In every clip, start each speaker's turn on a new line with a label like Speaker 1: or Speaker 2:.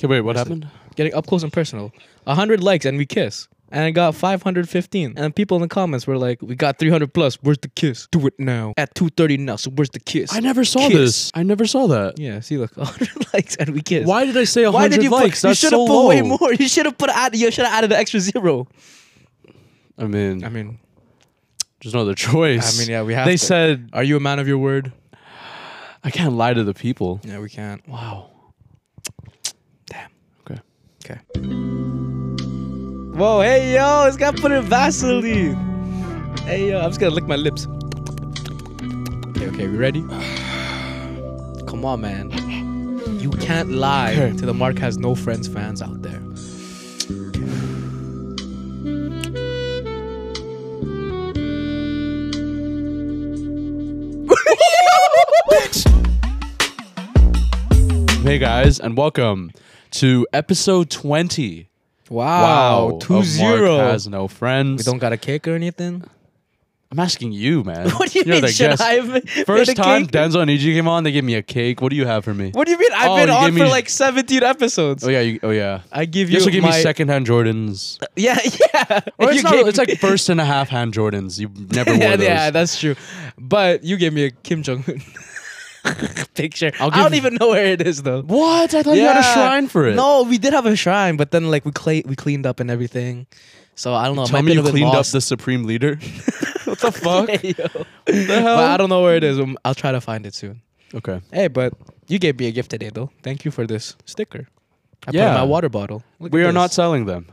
Speaker 1: Okay, wait, what happened?
Speaker 2: Getting up close and personal. 100 likes and we kiss. And I got 515. And people in the comments were like, we got 300 plus. Where's the kiss? Do it now. At 2.30 now. So where's the kiss?
Speaker 1: I never saw
Speaker 2: Kiss.
Speaker 1: this. I never saw that.
Speaker 2: Yeah, see, look, 100 likes and we kiss.
Speaker 1: Why did I say 100
Speaker 2: Why did you
Speaker 1: likes?
Speaker 2: put? You
Speaker 1: That's
Speaker 2: should
Speaker 1: so
Speaker 2: have put
Speaker 1: low.
Speaker 2: way more. You should have put. Add, you should have added the extra zero.
Speaker 1: I mean,
Speaker 2: I mean,
Speaker 1: there's no other choice.
Speaker 2: I mean, yeah, we have
Speaker 1: They
Speaker 2: to.
Speaker 1: said
Speaker 2: are you a man of your word?
Speaker 1: I can't lie to the people.
Speaker 2: Yeah, we can't.
Speaker 1: Wow.
Speaker 2: Okay. Whoa, hey yo, it's got put in Vaseline. Hey yo, I'm just gonna lick my lips. Okay, okay, we ready? Come on, man. You can't lie
Speaker 1: Okay.
Speaker 2: to the Mark has no friends fans out there.
Speaker 1: Hey guys, and welcome to episode 20.
Speaker 2: Wow,
Speaker 1: of
Speaker 2: two
Speaker 1: Mark
Speaker 2: zero.
Speaker 1: has no friends.
Speaker 2: We don't got a kick or anything.
Speaker 1: I'm asking you, man.
Speaker 2: What do you
Speaker 1: You're
Speaker 2: mean?
Speaker 1: the
Speaker 2: Should
Speaker 1: guest.
Speaker 2: I have made
Speaker 1: First
Speaker 2: a
Speaker 1: time
Speaker 2: cake?
Speaker 1: Denzel and EG came on, they gave me a cake. What do you have for me?
Speaker 2: What do you mean? I've
Speaker 1: Oh,
Speaker 2: been
Speaker 1: you
Speaker 2: on
Speaker 1: gave
Speaker 2: for
Speaker 1: me-
Speaker 2: like 17 episodes.
Speaker 1: Oh yeah, you, oh yeah.
Speaker 2: I give
Speaker 1: You
Speaker 2: you
Speaker 1: also gave
Speaker 2: my
Speaker 1: me secondhand Jordans.
Speaker 2: Yeah, yeah.
Speaker 1: Or
Speaker 2: You
Speaker 1: it's, not,
Speaker 2: gave
Speaker 1: it's
Speaker 2: me-
Speaker 1: like first and a half hand Jordans. You never wore
Speaker 2: yeah,
Speaker 1: those.
Speaker 2: yeah, that's true. But you gave me a Kim Jong Un picture.
Speaker 1: I'll
Speaker 2: I don't
Speaker 1: give-
Speaker 2: even know where it is though.
Speaker 1: what? I thought you had a shrine for it.
Speaker 2: No, we did have a shrine, but then like we cla we cleaned up and everything. So I don't know. it
Speaker 1: Tell
Speaker 2: might
Speaker 1: me
Speaker 2: been
Speaker 1: Oh, you
Speaker 2: a bit
Speaker 1: cleaned
Speaker 2: lost.
Speaker 1: up the supreme leader. what the fuck?
Speaker 2: Hey, yo. But I don't know where it is. Um, I'll try to find it soon.
Speaker 1: Okay.
Speaker 2: Hey, but you gave me a gift today though. Thank you for this sticker. I put
Speaker 1: Yeah.
Speaker 2: in my water bottle. Look
Speaker 1: we
Speaker 2: at
Speaker 1: are not
Speaker 2: this.
Speaker 1: selling them.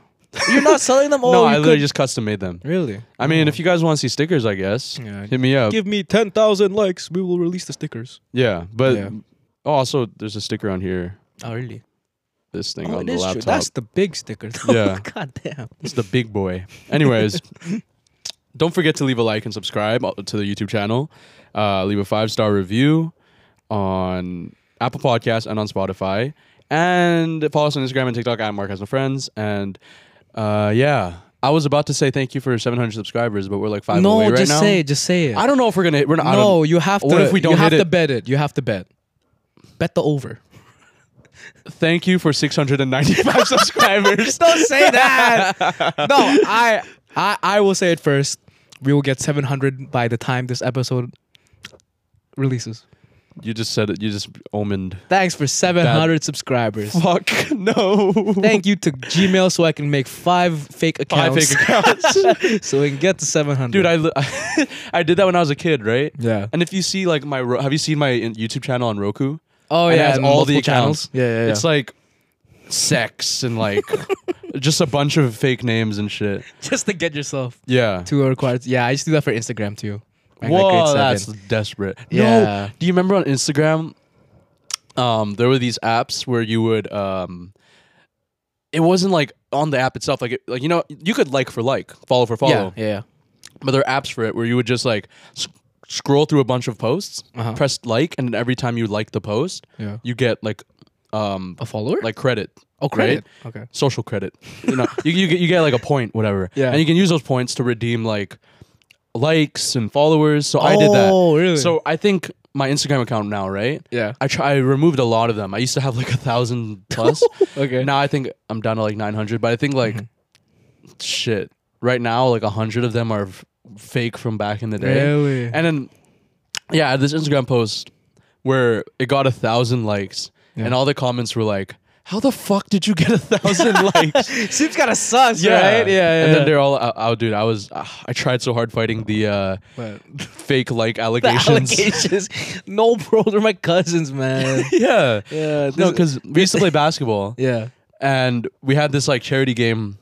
Speaker 2: You're not selling them all.
Speaker 1: no,
Speaker 2: you
Speaker 1: I literally
Speaker 2: could-
Speaker 1: just custom made them.
Speaker 2: really.
Speaker 1: I mean, if you guys want to see stickers, I guess
Speaker 2: Yeah.
Speaker 1: hit me up.
Speaker 2: Give me ten thousand likes. We will release the stickers.
Speaker 1: yeah, but
Speaker 2: Yeah.
Speaker 1: oh, also there's a sticker on here.
Speaker 2: Oh really?
Speaker 1: This thing
Speaker 2: Oh,
Speaker 1: on
Speaker 2: it
Speaker 1: the
Speaker 2: is
Speaker 1: laptop.
Speaker 2: true. That's the big sticker. Though.
Speaker 1: Yeah.
Speaker 2: God damn.
Speaker 1: It's the big boy. Anyways, don't forget to leave a like and subscribe uh, to the YouTube channel. Uh, leave a five star review on Apple Podcasts and on Spotify. And follow us on Instagram and TikTok at Mark Has No Friends. And uh, yeah, I was about to say thank you for 700 subscribers, but we're like five
Speaker 2: no,
Speaker 1: away right
Speaker 2: just
Speaker 1: now.
Speaker 2: say it. Just say it.
Speaker 1: I don't know if we're gonna. Hit, we're not. I
Speaker 2: no,
Speaker 1: don't-
Speaker 2: you have to.
Speaker 1: What if we don't
Speaker 2: You have
Speaker 1: hit
Speaker 2: to
Speaker 1: it?
Speaker 2: bet it. You have to bet. Bet the over.
Speaker 1: Thank you for 695 subscribers.
Speaker 2: Don't say that. no, I, I, I will say it first. We will get 700 by the time this episode releases.
Speaker 1: You just said it. You just omened.
Speaker 2: Thanks for 700 subscribers.
Speaker 1: Fuck no.
Speaker 2: Thank you to Gmail so I can make five fake
Speaker 1: Five
Speaker 2: accounts
Speaker 1: fake accounts.
Speaker 2: so we can get to 700.
Speaker 1: dude I, li- I did that when i was a kid right
Speaker 2: Yeah.
Speaker 1: and if you see like my Ro- have you seen my in- youtube channel on roku
Speaker 2: Oh
Speaker 1: And it
Speaker 2: yeah,
Speaker 1: has
Speaker 2: and
Speaker 1: all the
Speaker 2: multiple
Speaker 1: accounts
Speaker 2: Yeah, yeah, yeah.
Speaker 1: it's like sex and like just a bunch of fake names and shit
Speaker 2: just to get yourself
Speaker 1: yeah
Speaker 2: to a required. Yeah, I used to do that for Instagram too. Back in, like, grade
Speaker 1: whoa
Speaker 2: seven.
Speaker 1: that's desperate
Speaker 2: Yeah.
Speaker 1: no do you remember on instagram um there were these apps where you would um it wasn't like on the app itself like it, like you know you could like for like follow for follow
Speaker 2: Yeah, yeah.
Speaker 1: but there are apps for it where you would just like sc- scroll through a bunch of posts,
Speaker 2: Uh-huh.
Speaker 1: press like, and every time you like the post,
Speaker 2: Yeah.
Speaker 1: you get like um
Speaker 2: A follower?
Speaker 1: like credit.
Speaker 2: oh,
Speaker 1: right?
Speaker 2: credit. Okay.
Speaker 1: Social credit. You know, you, you get you get like a point, whatever.
Speaker 2: Yeah.
Speaker 1: And you can use those points to redeem like likes and followers. So I did that.
Speaker 2: Oh, really?
Speaker 1: So I think my Instagram account now, right?
Speaker 2: Yeah.
Speaker 1: I try. I removed a lot of them. I used to have like a thousand plus.
Speaker 2: Okay. Mm-hmm.
Speaker 1: Now I think I'm down to like 900, but I think like shit right now like 100 of them are f- fake from back in the day.
Speaker 2: Really?
Speaker 1: And then yeah, I had this Instagram post where it got a thousand likes, and all the comments were like, "How the fuck did you get a thousand likes?"
Speaker 2: Seems kind of sus, right?
Speaker 1: And then they're all, oh, oh, dude, I was, ah, I tried so hard fighting the uh, fake like
Speaker 2: the
Speaker 1: allegations.
Speaker 2: allegations. no, bro, they're my cousins, man.
Speaker 1: yeah.
Speaker 2: yeah.
Speaker 1: No, because we used to play basketball.
Speaker 2: yeah.
Speaker 1: and we had this like charity game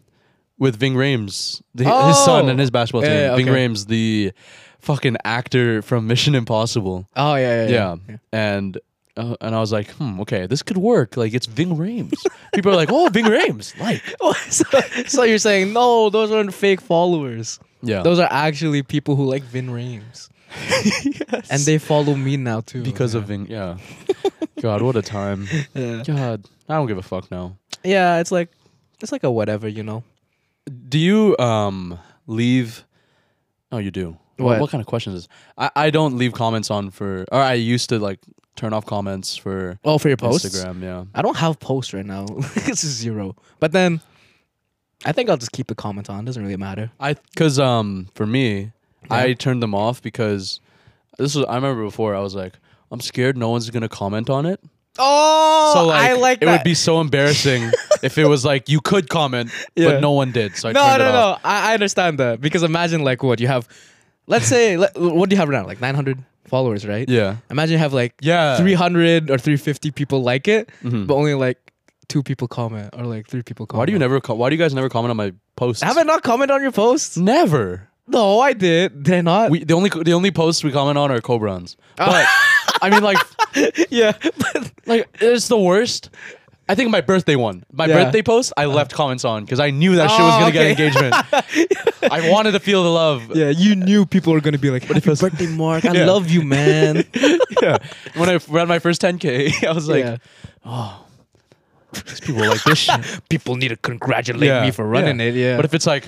Speaker 1: with Ving Rames, the,
Speaker 2: Oh!
Speaker 1: his son and his basketball team.
Speaker 2: Yeah, yeah,
Speaker 1: Ving
Speaker 2: okay.
Speaker 1: Rames, the fucking actor from Mission Impossible.
Speaker 2: Oh yeah, yeah.
Speaker 1: Yeah, and uh, and I was like, hmm, okay, this could work. Like it's Ving Rames. People are like, oh, Ving Rames, like
Speaker 2: so, so you're saying no? Those aren't fake followers.
Speaker 1: yeah,
Speaker 2: Those are actually people who like Vin Rames, and they follow me now too.
Speaker 1: because of Ving. Yeah, God, what a time.
Speaker 2: yeah.
Speaker 1: God, I don't give a fuck now.
Speaker 2: yeah, it's like it's like a whatever, you know.
Speaker 1: Do you um leave? Oh, you do. What?
Speaker 2: What?
Speaker 1: what kind of questions is I, I don't leave comments on for or I used to like turn off comments for
Speaker 2: Oh, for your posts.
Speaker 1: Instagram, yeah.
Speaker 2: I don't have posts right now. it's zero. But then, I think I'll just keep the comment on. Doesn't really matter.
Speaker 1: I cuz um for me, I
Speaker 2: Yeah.
Speaker 1: turned them off because this was I remember before I was like I'm scared no one's going to comment on it.
Speaker 2: Oh,
Speaker 1: So like, it would be so embarrassing if it was like you could comment
Speaker 2: Yeah.
Speaker 1: but no one did. So I
Speaker 2: no,
Speaker 1: turned it
Speaker 2: no,
Speaker 1: off.
Speaker 2: no. I, I understand that because imagine like what you have. Let's say let, what do you have right now? Like 900 followers, right?
Speaker 1: Yeah.
Speaker 2: Imagine you have like
Speaker 1: Yeah. Mm-hmm.
Speaker 2: 300 or 350 people like it, but only like two people comment or like three people comment.
Speaker 1: Why do you never co- why do you guys never comment on my posts?
Speaker 2: Have I not commented on your posts?
Speaker 1: never.
Speaker 2: No, I did. Did I not?
Speaker 1: We the only the only posts we comment on are Cobrons. But I mean like
Speaker 2: yeah. But
Speaker 1: like it's the worst. I think my birthday one, my
Speaker 2: Yeah.
Speaker 1: birthday post, I left comments on because I knew that shit was
Speaker 2: Oh,
Speaker 1: gonna
Speaker 2: okay.
Speaker 1: get engagement. I wanted to feel the love.
Speaker 2: yeah, you knew people were gonna be like, "Happy birthday, Mark! I
Speaker 1: Yeah.
Speaker 2: love you, man."
Speaker 1: Yeah. When I ran my first 10k, I was like,
Speaker 2: Yeah.
Speaker 1: these people like this shit.
Speaker 2: people need to congratulate me for running it. Yeah.
Speaker 1: But if it's like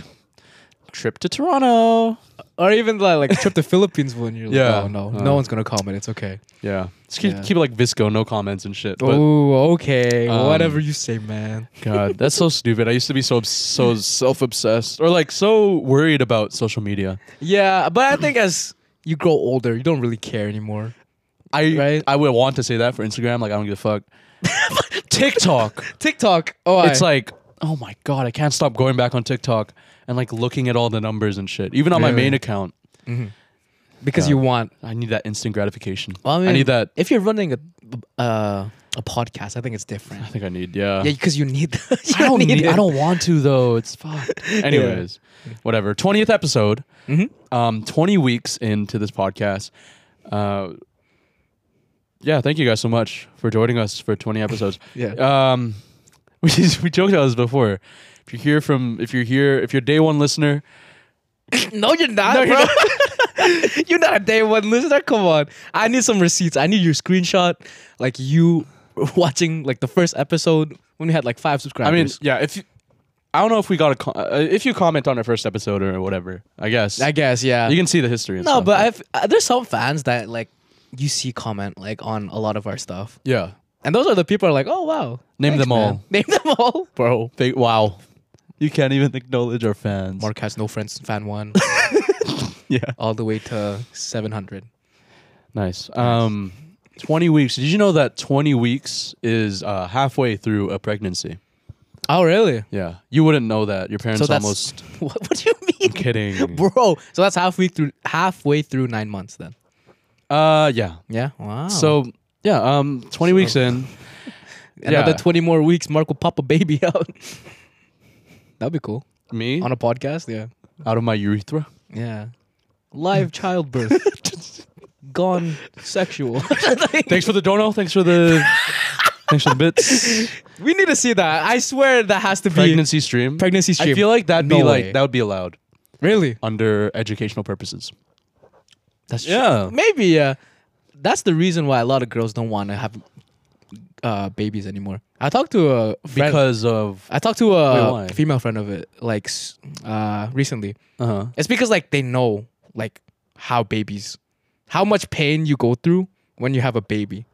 Speaker 1: trip to Toronto,
Speaker 2: or even like, like trip to Philippines when you're like,
Speaker 1: Yeah.
Speaker 2: oh no,
Speaker 1: Uh.
Speaker 2: no one's gonna comment. It's okay.
Speaker 1: yeah, just keep,
Speaker 2: Yeah.
Speaker 1: keep it like Visco, no comments and shit. But
Speaker 2: Oh, okay.
Speaker 1: Um,
Speaker 2: Whatever you say, man.
Speaker 1: God, that's so stupid. I used to be so obs- so self obsessed or like so worried about social media.
Speaker 2: Yeah, but I think as you grow older, you don't really care anymore.
Speaker 1: I
Speaker 2: Right.
Speaker 1: I would want to say that for Instagram, like I don't give a fuck. TikTok.
Speaker 2: TikTok. Oh,
Speaker 1: it's like oh my god i can't stop going back on tiktok and like looking at all the numbers and shit even on my
Speaker 2: Really?
Speaker 1: main account
Speaker 2: because
Speaker 1: yeah.
Speaker 2: you want.
Speaker 1: i need that instant gratification
Speaker 2: Well,
Speaker 1: I, need that
Speaker 2: If you're running a uh, a podcast, I think it's different.
Speaker 1: i think i need yeah,
Speaker 2: Yeah, because you need. you
Speaker 1: I don't need.
Speaker 2: it.
Speaker 1: I don't want to though. It's fucked. Anyways, whatever. Twentieth episode.
Speaker 2: Mm-hmm.
Speaker 1: Um, twenty weeks into this podcast. Uh, yeah. Thank you guys so much for joining us for twenty episodes.
Speaker 2: Yeah.
Speaker 1: Um, we just, we joked about this before. If you're here from, if you're here, if you're day one listener,
Speaker 2: No, you're not, bro. you're not a day one listener. Come on. I need some receipts. I need your screenshot, like you watching like the first episode when we had like five subscribers.
Speaker 1: I mean, yeah. If you, I don't know if we got a co- uh, if you comment on our first episode or whatever, I guess
Speaker 2: I guess yeah.
Speaker 1: you can see the history. And
Speaker 2: no,
Speaker 1: stuff,
Speaker 2: but I've, uh, there's some fans that like you see comment like on a lot of our stuff,
Speaker 1: yeah,
Speaker 2: and those are the people who are like, oh wow,
Speaker 1: Name them
Speaker 2: man."
Speaker 1: all.
Speaker 2: Name them all, bro.
Speaker 1: They- wow, you can't even acknowledge our fans.
Speaker 2: Mark has no friends. Fan one,
Speaker 1: Yeah,
Speaker 2: all the way to seven hundred.
Speaker 1: nice. Um, twenty weeks. Did you know that twenty weeks is uh, halfway through a pregnancy?
Speaker 2: Oh really?
Speaker 1: Yeah, you wouldn't know that. Your parents
Speaker 2: So that's
Speaker 1: almost
Speaker 2: what, what do you mean?
Speaker 1: kidding.
Speaker 2: bro. So that's halfway through halfway through nine months then.
Speaker 1: Uh, yeah.
Speaker 2: Yeah. Wow.
Speaker 1: So yeah, um, twenty weeks in.
Speaker 2: another
Speaker 1: yeah.
Speaker 2: twenty more weeks, Mark will pop a baby out. That'd be cool
Speaker 1: Me
Speaker 2: on a podcast. Yeah.
Speaker 1: out of my urethra.
Speaker 2: Yeah. Live childbirth. Gone sexual.
Speaker 1: Thanks for the dono. Thanks for the. thanks for the bits.
Speaker 2: we need to see that. I swear that has to be
Speaker 1: pregnancy stream.
Speaker 2: pregnancy stream.
Speaker 1: I feel like that'd be
Speaker 2: No
Speaker 1: like
Speaker 2: way.
Speaker 1: that would be allowed
Speaker 2: really.
Speaker 1: under educational purposes.
Speaker 2: That's
Speaker 1: Yeah.
Speaker 2: Maybe yeah. That's the reason why a lot of girls don't want to have uh, babies anymore. I talked to a friend.
Speaker 1: Because of
Speaker 2: I talked to
Speaker 1: Wait,
Speaker 2: a
Speaker 1: why?
Speaker 2: female friend of it like s- uh, recently.
Speaker 1: uh
Speaker 2: It's because like they know like how babies, how much pain you go through when you have a baby.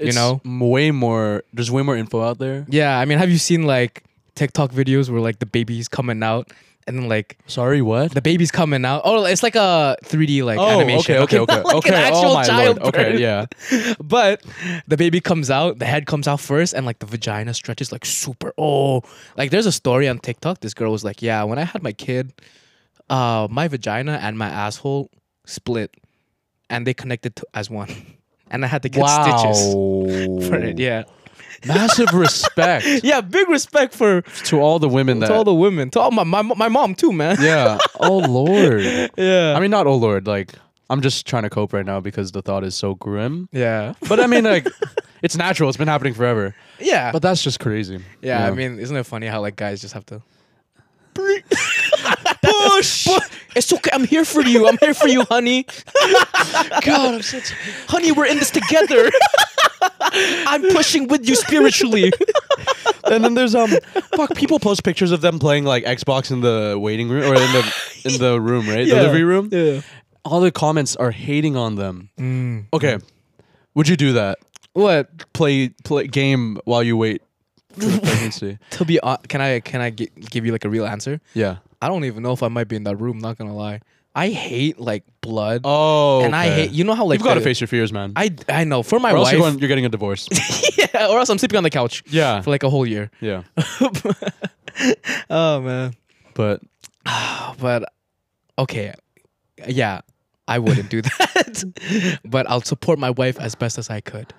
Speaker 2: You know?
Speaker 1: way more there's way more info out there.
Speaker 2: Yeah, I mean, have you seen like TikTok videos where like the baby's coming out and then like
Speaker 1: Sorry, what?
Speaker 2: the baby's coming out? Oh, it's like a 3D like
Speaker 1: oh,
Speaker 2: animation.
Speaker 1: okay, okay, okay.
Speaker 2: not like
Speaker 1: okay.
Speaker 2: an actual
Speaker 1: oh my
Speaker 2: child.
Speaker 1: lord. Okay, yeah.
Speaker 2: But the baby comes out, the head comes out first, and like the vagina stretches like super. Oh, like there's a story on TikTok. This girl was like, "Yeah, when I had my kid, uh, my vagina and my asshole split, and they connected to, as one, and I had to get stitches for it." Yeah,
Speaker 1: Massive respect
Speaker 2: yeah, big respect for
Speaker 1: to all the women that
Speaker 2: to all the women, to all my my, my mom too, man.
Speaker 1: Yeah. Oh lord.
Speaker 2: yeah,
Speaker 1: I mean not oh lord, like I'm just trying to cope right now because the thought is so grim.
Speaker 2: yeah,
Speaker 1: But I mean like it's natural. It's been happening forever.
Speaker 2: yeah.
Speaker 1: But that's just crazy.
Speaker 2: yeah, I mean, isn't it funny how like guys just have to.
Speaker 1: push.
Speaker 2: It's okay. I'm here for you. I'm here for you, honey.
Speaker 1: God, I'm so
Speaker 2: honey, we're in this together. I'm pushing with you spiritually.
Speaker 1: and then there's um fuck people post pictures of them playing like Xbox in the waiting room or in the in the room, right? Delivery room.
Speaker 2: Yeah.
Speaker 1: all the comments are hating on them. Okay, would you do that?
Speaker 2: Mm. What?
Speaker 1: Play play game while you wait for the pregnancy?
Speaker 2: To be hon- can I can I gi- give you like a real answer?
Speaker 1: Yeah.
Speaker 2: I don't even know if I might be in that room. Not gonna lie, I hate like blood,
Speaker 1: Oh,
Speaker 2: and I
Speaker 1: okay.
Speaker 2: hate you know how like
Speaker 1: You've got to
Speaker 2: the-
Speaker 1: face your fears, man.
Speaker 2: I I know for my
Speaker 1: or else
Speaker 2: wife,
Speaker 1: you're, going, you're getting a divorce.
Speaker 2: yeah, or else I'm sleeping on the couch
Speaker 1: yeah,
Speaker 2: for like a whole year.
Speaker 1: yeah.
Speaker 2: oh man,
Speaker 1: But
Speaker 2: but okay, yeah, I wouldn't do that, but I'll support my wife as best as I could.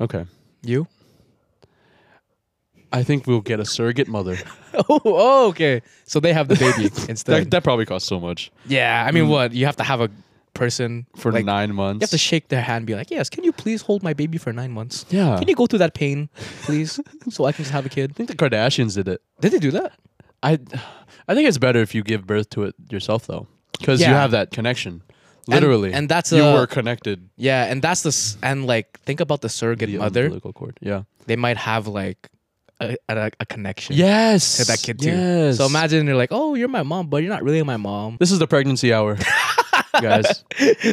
Speaker 1: okay,
Speaker 2: You?
Speaker 1: I think we'll get a surrogate mother.
Speaker 2: Oh, oh, okay. So they have the baby
Speaker 1: that,
Speaker 2: instead.
Speaker 1: that probably costs so much
Speaker 2: yeah, I mean, what you have to have a person
Speaker 1: for
Speaker 2: like,
Speaker 1: nine
Speaker 2: You
Speaker 1: months.
Speaker 2: have to shake their hand, and be like, "Yes, can you please hold my baby for nine months?
Speaker 1: yeah,
Speaker 2: Can you go through that pain, please, so I can just have a kid?"
Speaker 1: I think the Kardashians did it.
Speaker 2: Did they do that?
Speaker 1: I, I think it's better if you give birth to it yourself though, because you
Speaker 2: Yeah.
Speaker 1: have that connection. Literally,
Speaker 2: and that's
Speaker 1: you
Speaker 2: a-
Speaker 1: were connected.
Speaker 2: Yeah, and that's the s- and like think about the surrogate
Speaker 1: via
Speaker 2: mother.
Speaker 1: umbilical cord. Yeah.
Speaker 2: They might have like a, a, a connection
Speaker 1: Yes.
Speaker 2: to that kid too.
Speaker 1: Yes.
Speaker 2: So imagine they're like, "Oh, you're my mom, but you're not really my mom."
Speaker 1: This is the pregnancy hour, guys.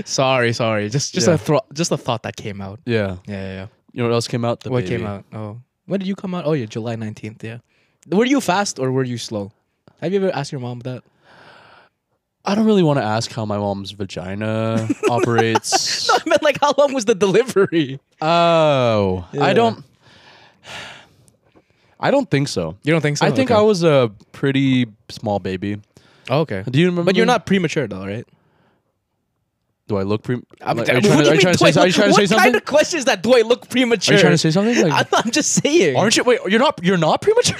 Speaker 2: sorry, sorry. Just just
Speaker 1: Yeah.
Speaker 2: a thro- just a thought that came out.
Speaker 1: Yeah.
Speaker 2: Yeah, yeah. yeah.
Speaker 1: You know what else came out? The
Speaker 2: What
Speaker 1: baby.
Speaker 2: came out? Oh, when did you come out? Oh, yeah, July nineteenth. Yeah. Were you fast or were you slow? Have you ever asked your mom that?
Speaker 1: I don't really want to ask how my mom's vagina operates.
Speaker 2: I meant like, how long was the delivery?
Speaker 1: Oh, I
Speaker 2: Yeah.
Speaker 1: don't. I don't think so.
Speaker 2: You don't think so?
Speaker 1: I think I was a pretty small baby.
Speaker 2: Oh, okay.
Speaker 1: Do you remember?
Speaker 2: But you're not premature though, right?
Speaker 1: Do I look pre?
Speaker 2: I'm
Speaker 1: like, are you trying to, are you trying to say, are you trying to say
Speaker 2: what
Speaker 1: something?
Speaker 2: kind of questions that do I look
Speaker 1: are
Speaker 2: premature?
Speaker 1: you trying to say something? Like,
Speaker 2: I'm, I'm just saying.
Speaker 1: aren't you? Wait, you're not. You're not premature.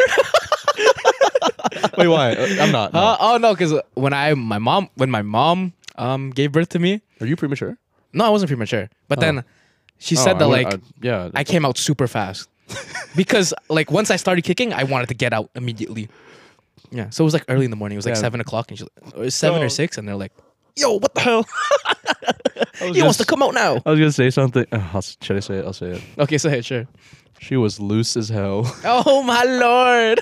Speaker 1: wait, why? Uh, I'm not. no.
Speaker 2: Uh, oh no, because when I my mom when my mom um gave birth to me,
Speaker 1: are you premature?
Speaker 2: no, I wasn't premature. But then she said
Speaker 1: Oh,
Speaker 2: that
Speaker 1: I would-
Speaker 2: like
Speaker 1: I- yeah.
Speaker 2: I came out super fast because like once I started kicking, I wanted to get out immediately. Yeah, so it was like early in the morning. It was like
Speaker 1: Yeah.
Speaker 2: seven o'clock, and she's like, or seven
Speaker 1: No.
Speaker 2: or six, and they're like, "Yo, what the hell? he wants to
Speaker 1: just-
Speaker 2: come out now."
Speaker 1: I was gonna say something. Oh, I'll, should I say it? I'll say it.
Speaker 2: Okay, so hey, sure.
Speaker 1: She was loose as hell.
Speaker 2: Oh my lord!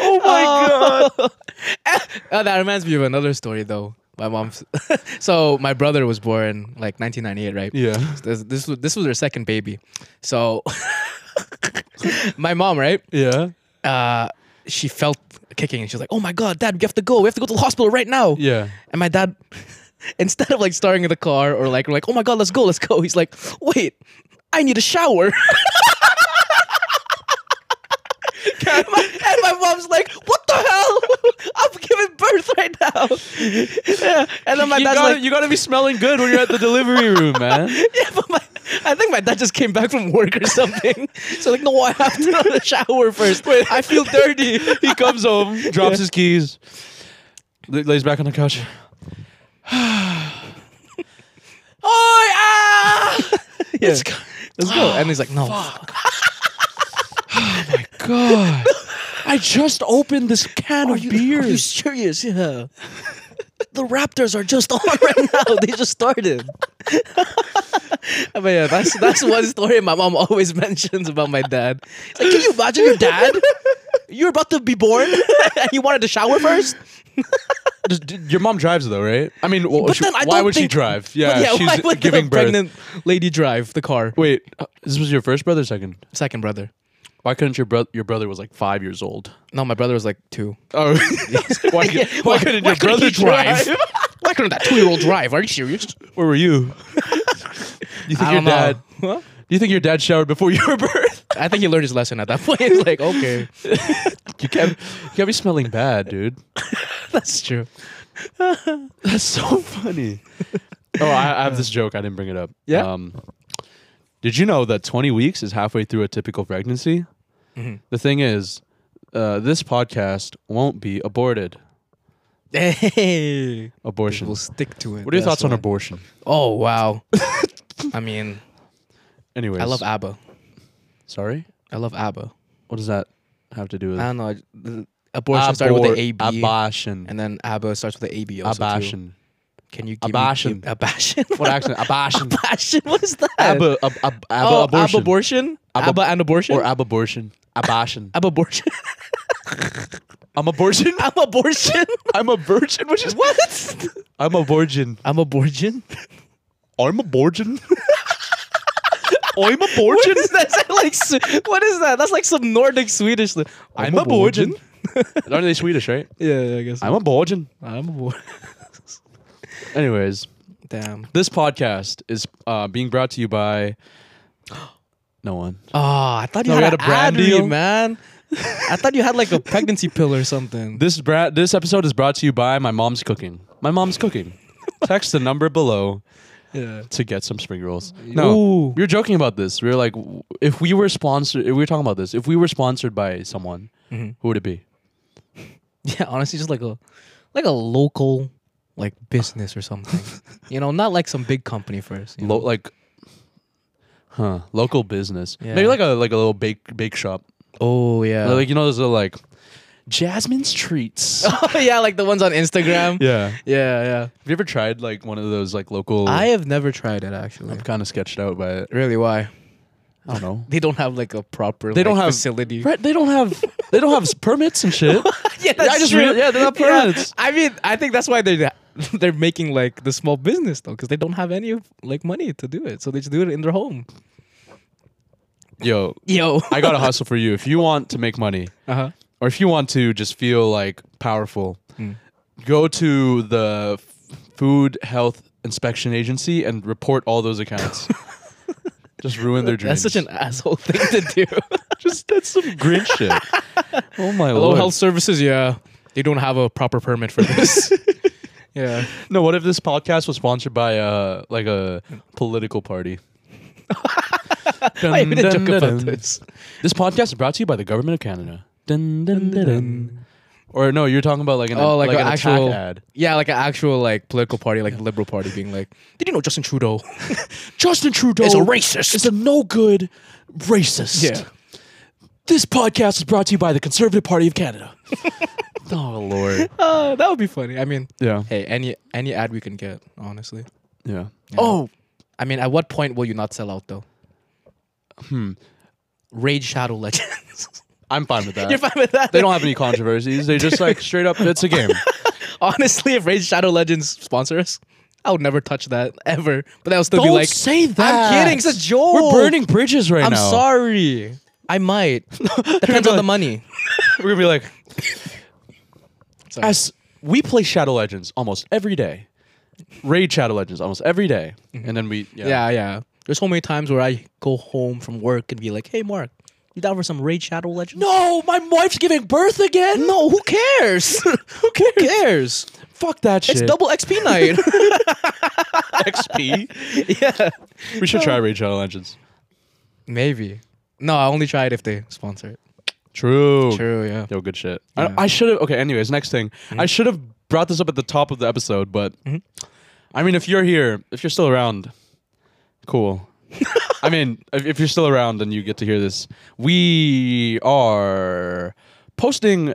Speaker 1: Oh my god.
Speaker 2: Uh, that reminds me of another story though. My mom's. so my brother was born like 1998, right?
Speaker 1: Yeah.
Speaker 2: This this was, this was her second baby. So my mom, right?
Speaker 1: Yeah.
Speaker 2: Uh, she felt kicking and she was like, "Oh my god, dad, we have to go. We have to go to the hospital right now."
Speaker 1: Yeah.
Speaker 2: And my dad, instead of like starting in the car or like we're like, "Oh my god, let's go, let's go," he's like, "Wait, I need a shower." And my, and my mom's like, "What the hell? I'm giving birth right now." Yeah. And then my
Speaker 1: you
Speaker 2: dad's
Speaker 1: gotta,
Speaker 2: like,
Speaker 1: you gotta be smelling good when you're at the delivery room, man.
Speaker 2: yeah, but my, I think my dad just came back from work or something. so like, no, I have to go to the shower first. Wait, I feel dirty.
Speaker 1: He comes home, drops his keys, la- lays back on the couch.
Speaker 2: Oh ah!
Speaker 1: Yeah.
Speaker 2: Let's go. Let's go. And he's like, no.
Speaker 1: God, I just opened this can of beer.
Speaker 2: Are you serious? Yeah. the Raptors are just on right now. They just started. but yeah, that's that's one story my mom always mentions about my dad. It's like, can you imagine your dad? You're about to be born, and you wanted to shower first.
Speaker 1: Does- d- your mom drives though, right? I mean, wh-
Speaker 2: But
Speaker 1: she-
Speaker 2: then I
Speaker 1: why
Speaker 2: don't
Speaker 1: would she
Speaker 2: think-
Speaker 1: drive? Yeah,
Speaker 2: But yeah,
Speaker 1: she's
Speaker 2: why would
Speaker 1: giving
Speaker 2: the
Speaker 1: birth.
Speaker 2: pregnant lady drive the car?
Speaker 1: Wait, uh, this was your first brother, or second?
Speaker 2: Second brother.
Speaker 1: Why couldn't your brother? Your brother was like five years old.
Speaker 2: No, my brother was like two.
Speaker 1: Oh, why,
Speaker 2: Yeah,
Speaker 1: why, couldn't your brother
Speaker 2: he
Speaker 1: drive?
Speaker 2: why couldn't that two-year-old drive? Are you serious?
Speaker 1: Where were you? you think
Speaker 2: I
Speaker 1: your
Speaker 2: don't know.
Speaker 1: dad?
Speaker 2: Huh?
Speaker 1: You think your dad showered before your birth?
Speaker 2: I think he learned his lesson at that point. He's like, okay,
Speaker 1: You can't. You can't be smelling bad, dude.
Speaker 2: that's true.
Speaker 1: That's so funny. oh, I, I have this joke. I didn't bring it up.
Speaker 2: Yeah?
Speaker 1: Um, did you know that 20 weeks is halfway through a typical pregnancy? The thing is, uh, this podcast won't be aborted.
Speaker 2: Hey,
Speaker 1: Abortion.
Speaker 2: we'll
Speaker 1: What
Speaker 2: stick to it.
Speaker 1: are your thoughts on
Speaker 2: a?
Speaker 1: abortion?
Speaker 2: Oh wow. I mean,
Speaker 1: Anyways,
Speaker 2: I love ABBA.
Speaker 1: Sorry,
Speaker 2: I love ABBA.
Speaker 1: what does that have to do with
Speaker 2: I don't know. I- the Abortion started with
Speaker 1: Um, Abor-
Speaker 2: the AB,
Speaker 1: Abortion.
Speaker 2: and then ABBA starts with the AB also too.
Speaker 1: Abortion.
Speaker 2: Can you give
Speaker 1: Abortion.
Speaker 2: me abortion?
Speaker 1: What accent? Abortion.
Speaker 2: Abortion? What is that?
Speaker 1: Abba, ab, ab, abba
Speaker 2: oh,
Speaker 1: abortion.
Speaker 2: abortion.
Speaker 1: Abba-
Speaker 2: Abba and abortion.
Speaker 1: or abortion. Abortion.
Speaker 2: abortion.
Speaker 1: I'm a virgin.
Speaker 2: I'm a virgin.
Speaker 1: I'm a virgin, which is
Speaker 2: what?
Speaker 1: I'm a virgin.
Speaker 2: I'm a virgin.
Speaker 1: I'm a virgin. I'm a
Speaker 2: What
Speaker 1: virgin.
Speaker 2: is that? Is that like Swe- what is that? That's like some Nordic Swedish. li- I'm,
Speaker 1: I'm
Speaker 2: a
Speaker 1: a virgin.
Speaker 2: virgin.
Speaker 1: Aren't they Swedish, right?
Speaker 2: yeah, yeah, I guess.
Speaker 1: I'm a virgin.
Speaker 2: I'm a virgin.
Speaker 1: Anyways,
Speaker 2: Damn.
Speaker 1: this podcast is uh, being brought to you by no one.
Speaker 2: Oh, I thought you
Speaker 1: No, we
Speaker 2: had,
Speaker 1: had
Speaker 2: a
Speaker 1: a brand
Speaker 2: ad read,
Speaker 1: deal.
Speaker 2: man. I thought you had like a pregnancy pill or something.
Speaker 1: This bra- this episode is brought to you by my mom's cooking. My mom's cooking. Text the number below
Speaker 2: Yeah.
Speaker 1: to get some spring rolls. No,
Speaker 2: Ooh.
Speaker 1: we were joking about this. We were like, w- if we were sponsored, we were talking about this. If we were sponsored by someone, who would it be?
Speaker 2: Yeah, honestly, just like a like a local like business or something. you know, not like some big company first. you
Speaker 1: Lo-
Speaker 2: know?
Speaker 1: like, huh? Local business.
Speaker 2: Yeah.
Speaker 1: Maybe like a like a little bake bake shop.
Speaker 2: Oh yeah.
Speaker 1: Like you know, those are like Jasmine's treats.
Speaker 2: oh yeah, like the ones on Instagram.
Speaker 1: yeah. Have
Speaker 2: yeah, yeah.
Speaker 1: you ever tried like one of those like local?
Speaker 2: I have never tried it actually.
Speaker 1: I'm kind of sketched out by it.
Speaker 2: Really, why?
Speaker 1: I don't know.
Speaker 2: They don't have like a proper
Speaker 1: They don't
Speaker 2: like,
Speaker 1: have-
Speaker 2: facility.
Speaker 1: Right? They don't have they don't have s- permits and shit.
Speaker 2: yeah,
Speaker 1: I just real- yeah, they're not permanent.
Speaker 2: I mean, I think that's why they're they're making like the small business though, because they don't have any like money to do it, so they just do it in their home.
Speaker 1: Yo,
Speaker 2: Yo,
Speaker 1: I got a hustle for you. If you want to make money,
Speaker 2: uh-huh.
Speaker 1: or if you want to just feel like powerful, go to the F- Food Health Inspection Agency and report all those accounts. just ruin their dreams.
Speaker 2: that's such an asshole thing to do.
Speaker 1: just that's some Grinch shit. Oh my
Speaker 2: Hello,
Speaker 1: lord!
Speaker 2: health services. Yeah, they don't have a proper permit for this. yeah.
Speaker 1: No, what if this podcast was sponsored by uh like a political party?
Speaker 2: I made a
Speaker 1: Dun,
Speaker 2: joke
Speaker 1: dun,
Speaker 2: about
Speaker 1: dun.
Speaker 2: this.
Speaker 1: This podcast is brought to you by the government of Canada. Dun, dun, dun, dun. Or no, you're talking about like an
Speaker 2: Oh, like,
Speaker 1: an
Speaker 2: an
Speaker 1: attack
Speaker 2: actual
Speaker 1: ad.
Speaker 2: Yeah, like an actual like political party, like liberal party, being like, Oh. did you know Justin Trudeau
Speaker 1: Justin Trudeau
Speaker 2: is a racist?
Speaker 1: is a no good racist.
Speaker 2: yeah.
Speaker 1: This podcast is brought to you by the Conservative Party of Canada. oh lord.
Speaker 2: Uh, that would be funny. I mean,
Speaker 1: Yeah.
Speaker 2: hey, any any ad we can get, honestly.
Speaker 1: Yeah.
Speaker 2: Oh, I mean, at what point will you not sell out though? Hmm. Raid Shadow Legends.
Speaker 1: I'm fine with that.
Speaker 2: You're fine with that?
Speaker 1: They don't have any controversies. They just like straight up it's a game.
Speaker 2: honestly, if Raid Shadow Legends sponsor us, I would never touch that ever. But that would still be
Speaker 1: Don't
Speaker 2: like,
Speaker 1: say
Speaker 2: I'm
Speaker 1: that.
Speaker 2: kidding. It's a joke.
Speaker 1: We're burning bridges right
Speaker 2: I'm
Speaker 1: now.
Speaker 2: sorry. I might. Depends on the money.
Speaker 1: We're gonna be like
Speaker 2: Sorry.
Speaker 1: as we play Shadow Legends almost every day. Raid Shadow Legends almost every day. And then we Mm-hmm. yeah.
Speaker 2: yeah, yeah. There's so many times where I go home from work and be like, "Hey, Mark, you down for some Raid Shadow Legends?"
Speaker 1: No, my wife's giving birth again.
Speaker 2: no. Who cares? who cares? Who cares?
Speaker 1: Fuck that shit.
Speaker 2: It's double XP night.
Speaker 1: XP.
Speaker 2: yeah.
Speaker 1: We should try Raid Shadow Legends.
Speaker 2: Maybe. No, I only try it if they sponsor it.
Speaker 1: True.
Speaker 2: True, yeah.
Speaker 1: Yo, good shit. Mm-hmm.
Speaker 2: Yeah.
Speaker 1: I, I should have. Okay. Anyways, next thing. I should have brought this up at the top of the episode, but Mm-hmm. I mean, if you're here, if you're still around, cool. I mean, if, if you're still around and you get to hear this, we are posting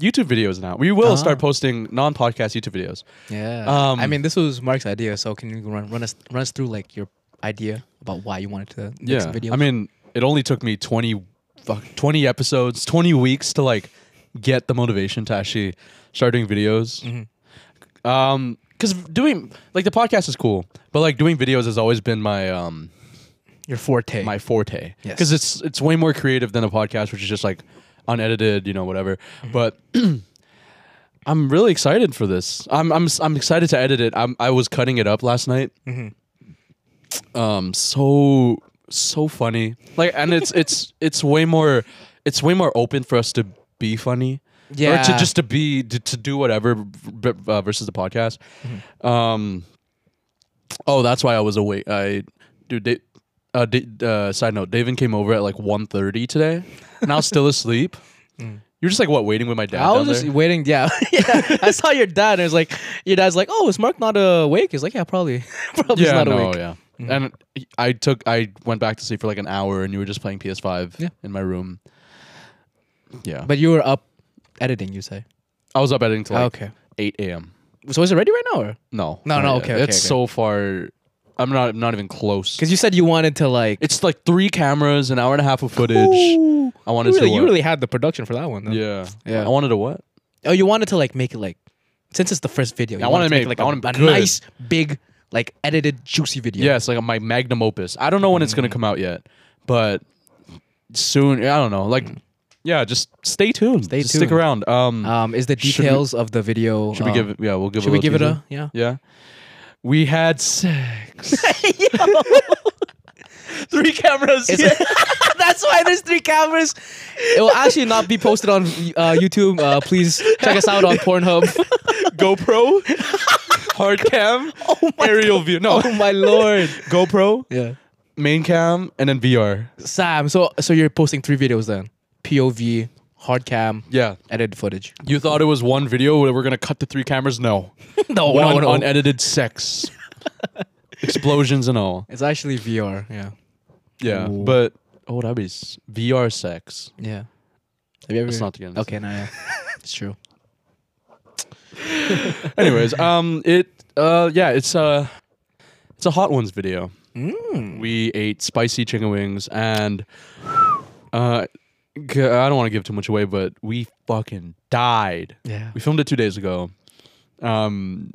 Speaker 1: YouTube videos now. We will start posting non-podcast YouTube videos.
Speaker 2: Yeah.
Speaker 1: Um,
Speaker 2: I mean, this was Mark's idea, so can you run run us run us through like your idea about why you wanted to make
Speaker 1: Yeah.
Speaker 2: some videos?
Speaker 1: I mean, it only took me 20, fuck, 20 episodes, 20 weeks to like get the motivation to actually start doing videos. Um, cause doing like the podcast is cool, but like doing videos has always been my, um,
Speaker 2: your forte.
Speaker 1: my forte.
Speaker 2: Yes.
Speaker 1: Cause it's, it's way more creative than a podcast, which is just like unedited, you know, whatever.
Speaker 2: Mm-hmm.
Speaker 1: But I'm really excited for this. I'm, I'm, I'm excited to edit it. I'm, I was cutting it up last night
Speaker 2: Mm-hmm.
Speaker 1: um so so funny like and it's it's it's way more it's way more open for us to be funny or
Speaker 2: Yeah.
Speaker 1: to just to be to, to do whatever b- uh, versus the podcast um oh that's why i was awake i dude they, uh, da- uh side note david came over at like 1.30 today and i was still asleep you're just like what waiting with my dad
Speaker 2: I was
Speaker 1: down
Speaker 2: just
Speaker 1: there?
Speaker 2: waiting. Yeah, yeah. I saw your dad, and it was like, your dad's like, "Oh, is Mark not uh, awake?" He's like, "Yeah, probably, probably he's
Speaker 1: yeah
Speaker 2: not
Speaker 1: no
Speaker 2: awake." Mm.
Speaker 1: yeah and i took i went back to sleep for like an hour and you were just playing ps5
Speaker 2: Yeah.
Speaker 1: in my room yeah
Speaker 2: But you were up editing, you say?
Speaker 1: I was up editing till like
Speaker 2: okay.
Speaker 1: 8 a.m.
Speaker 2: So is it ready right now? or
Speaker 1: No,
Speaker 2: No,
Speaker 1: not
Speaker 2: no,
Speaker 1: yet.
Speaker 2: okay, okay,
Speaker 1: it's
Speaker 2: okay.
Speaker 1: so far. I'm not. I'm not even close.
Speaker 2: Because you said you wanted to like.
Speaker 1: It's like three cameras, an hour and a half of footage.
Speaker 2: Ooh,
Speaker 1: I wanted
Speaker 2: you really,
Speaker 1: to.
Speaker 2: you
Speaker 1: what?
Speaker 2: really had the production for that one. Though.
Speaker 1: yeah,
Speaker 2: Yeah.
Speaker 1: I wanted to what?
Speaker 2: Oh, you wanted to like make it like since it's the first video. you
Speaker 1: I wanna
Speaker 2: wanted
Speaker 1: make-
Speaker 2: like
Speaker 1: I
Speaker 2: a-
Speaker 1: wanna
Speaker 2: a,
Speaker 1: good.
Speaker 2: nice big like edited juicy video.
Speaker 1: Yeah, it's like my magnum opus. I don't know when it's gonna come out yet, but soon. I don't know. Like, yeah, just stay tuned.
Speaker 2: Stay
Speaker 1: Just Stick
Speaker 2: tuned.
Speaker 1: around. Um,
Speaker 2: Um, is the
Speaker 1: Should we-
Speaker 2: details of the video? um,
Speaker 1: should we give? it? Yeah, we'll give.
Speaker 2: Should
Speaker 1: a
Speaker 2: we
Speaker 1: little
Speaker 2: give it
Speaker 1: teaser.
Speaker 2: a yeah?
Speaker 1: Yeah. We had sex.
Speaker 2: Three cameras. That's why there's three cameras. It will actually not be posted on uh, YouTube. Uh, please check us out on Pornhub.
Speaker 1: GoPro, hard cam, aerial view. No,
Speaker 2: oh my lord.
Speaker 1: GoPro,
Speaker 2: Yeah.
Speaker 1: main cam, and then VR.
Speaker 2: Sam, so so you're posting three videos then? POV, hard cam,
Speaker 1: Yeah.
Speaker 2: edited footage.
Speaker 1: You thought it was one video where we're gonna cut the three cameras? No,
Speaker 2: no,
Speaker 1: one
Speaker 2: no, no.
Speaker 1: unedited sex, explosions and all.
Speaker 2: it's actually VR. Yeah.
Speaker 1: Yeah,
Speaker 2: Ooh.
Speaker 1: but oh, that'd be s- VR sex.
Speaker 2: Yeah. Have you ever?
Speaker 1: Let's not get into
Speaker 2: Okay, no, yeah. it's true.
Speaker 1: Anyways, um, it uh, yeah, it's uh, it's a hot ones video. We ate spicy chicken wings and uh, g- I don't want to give too much away, but we fucking died.
Speaker 2: Yeah.
Speaker 1: We filmed it two days ago. Um,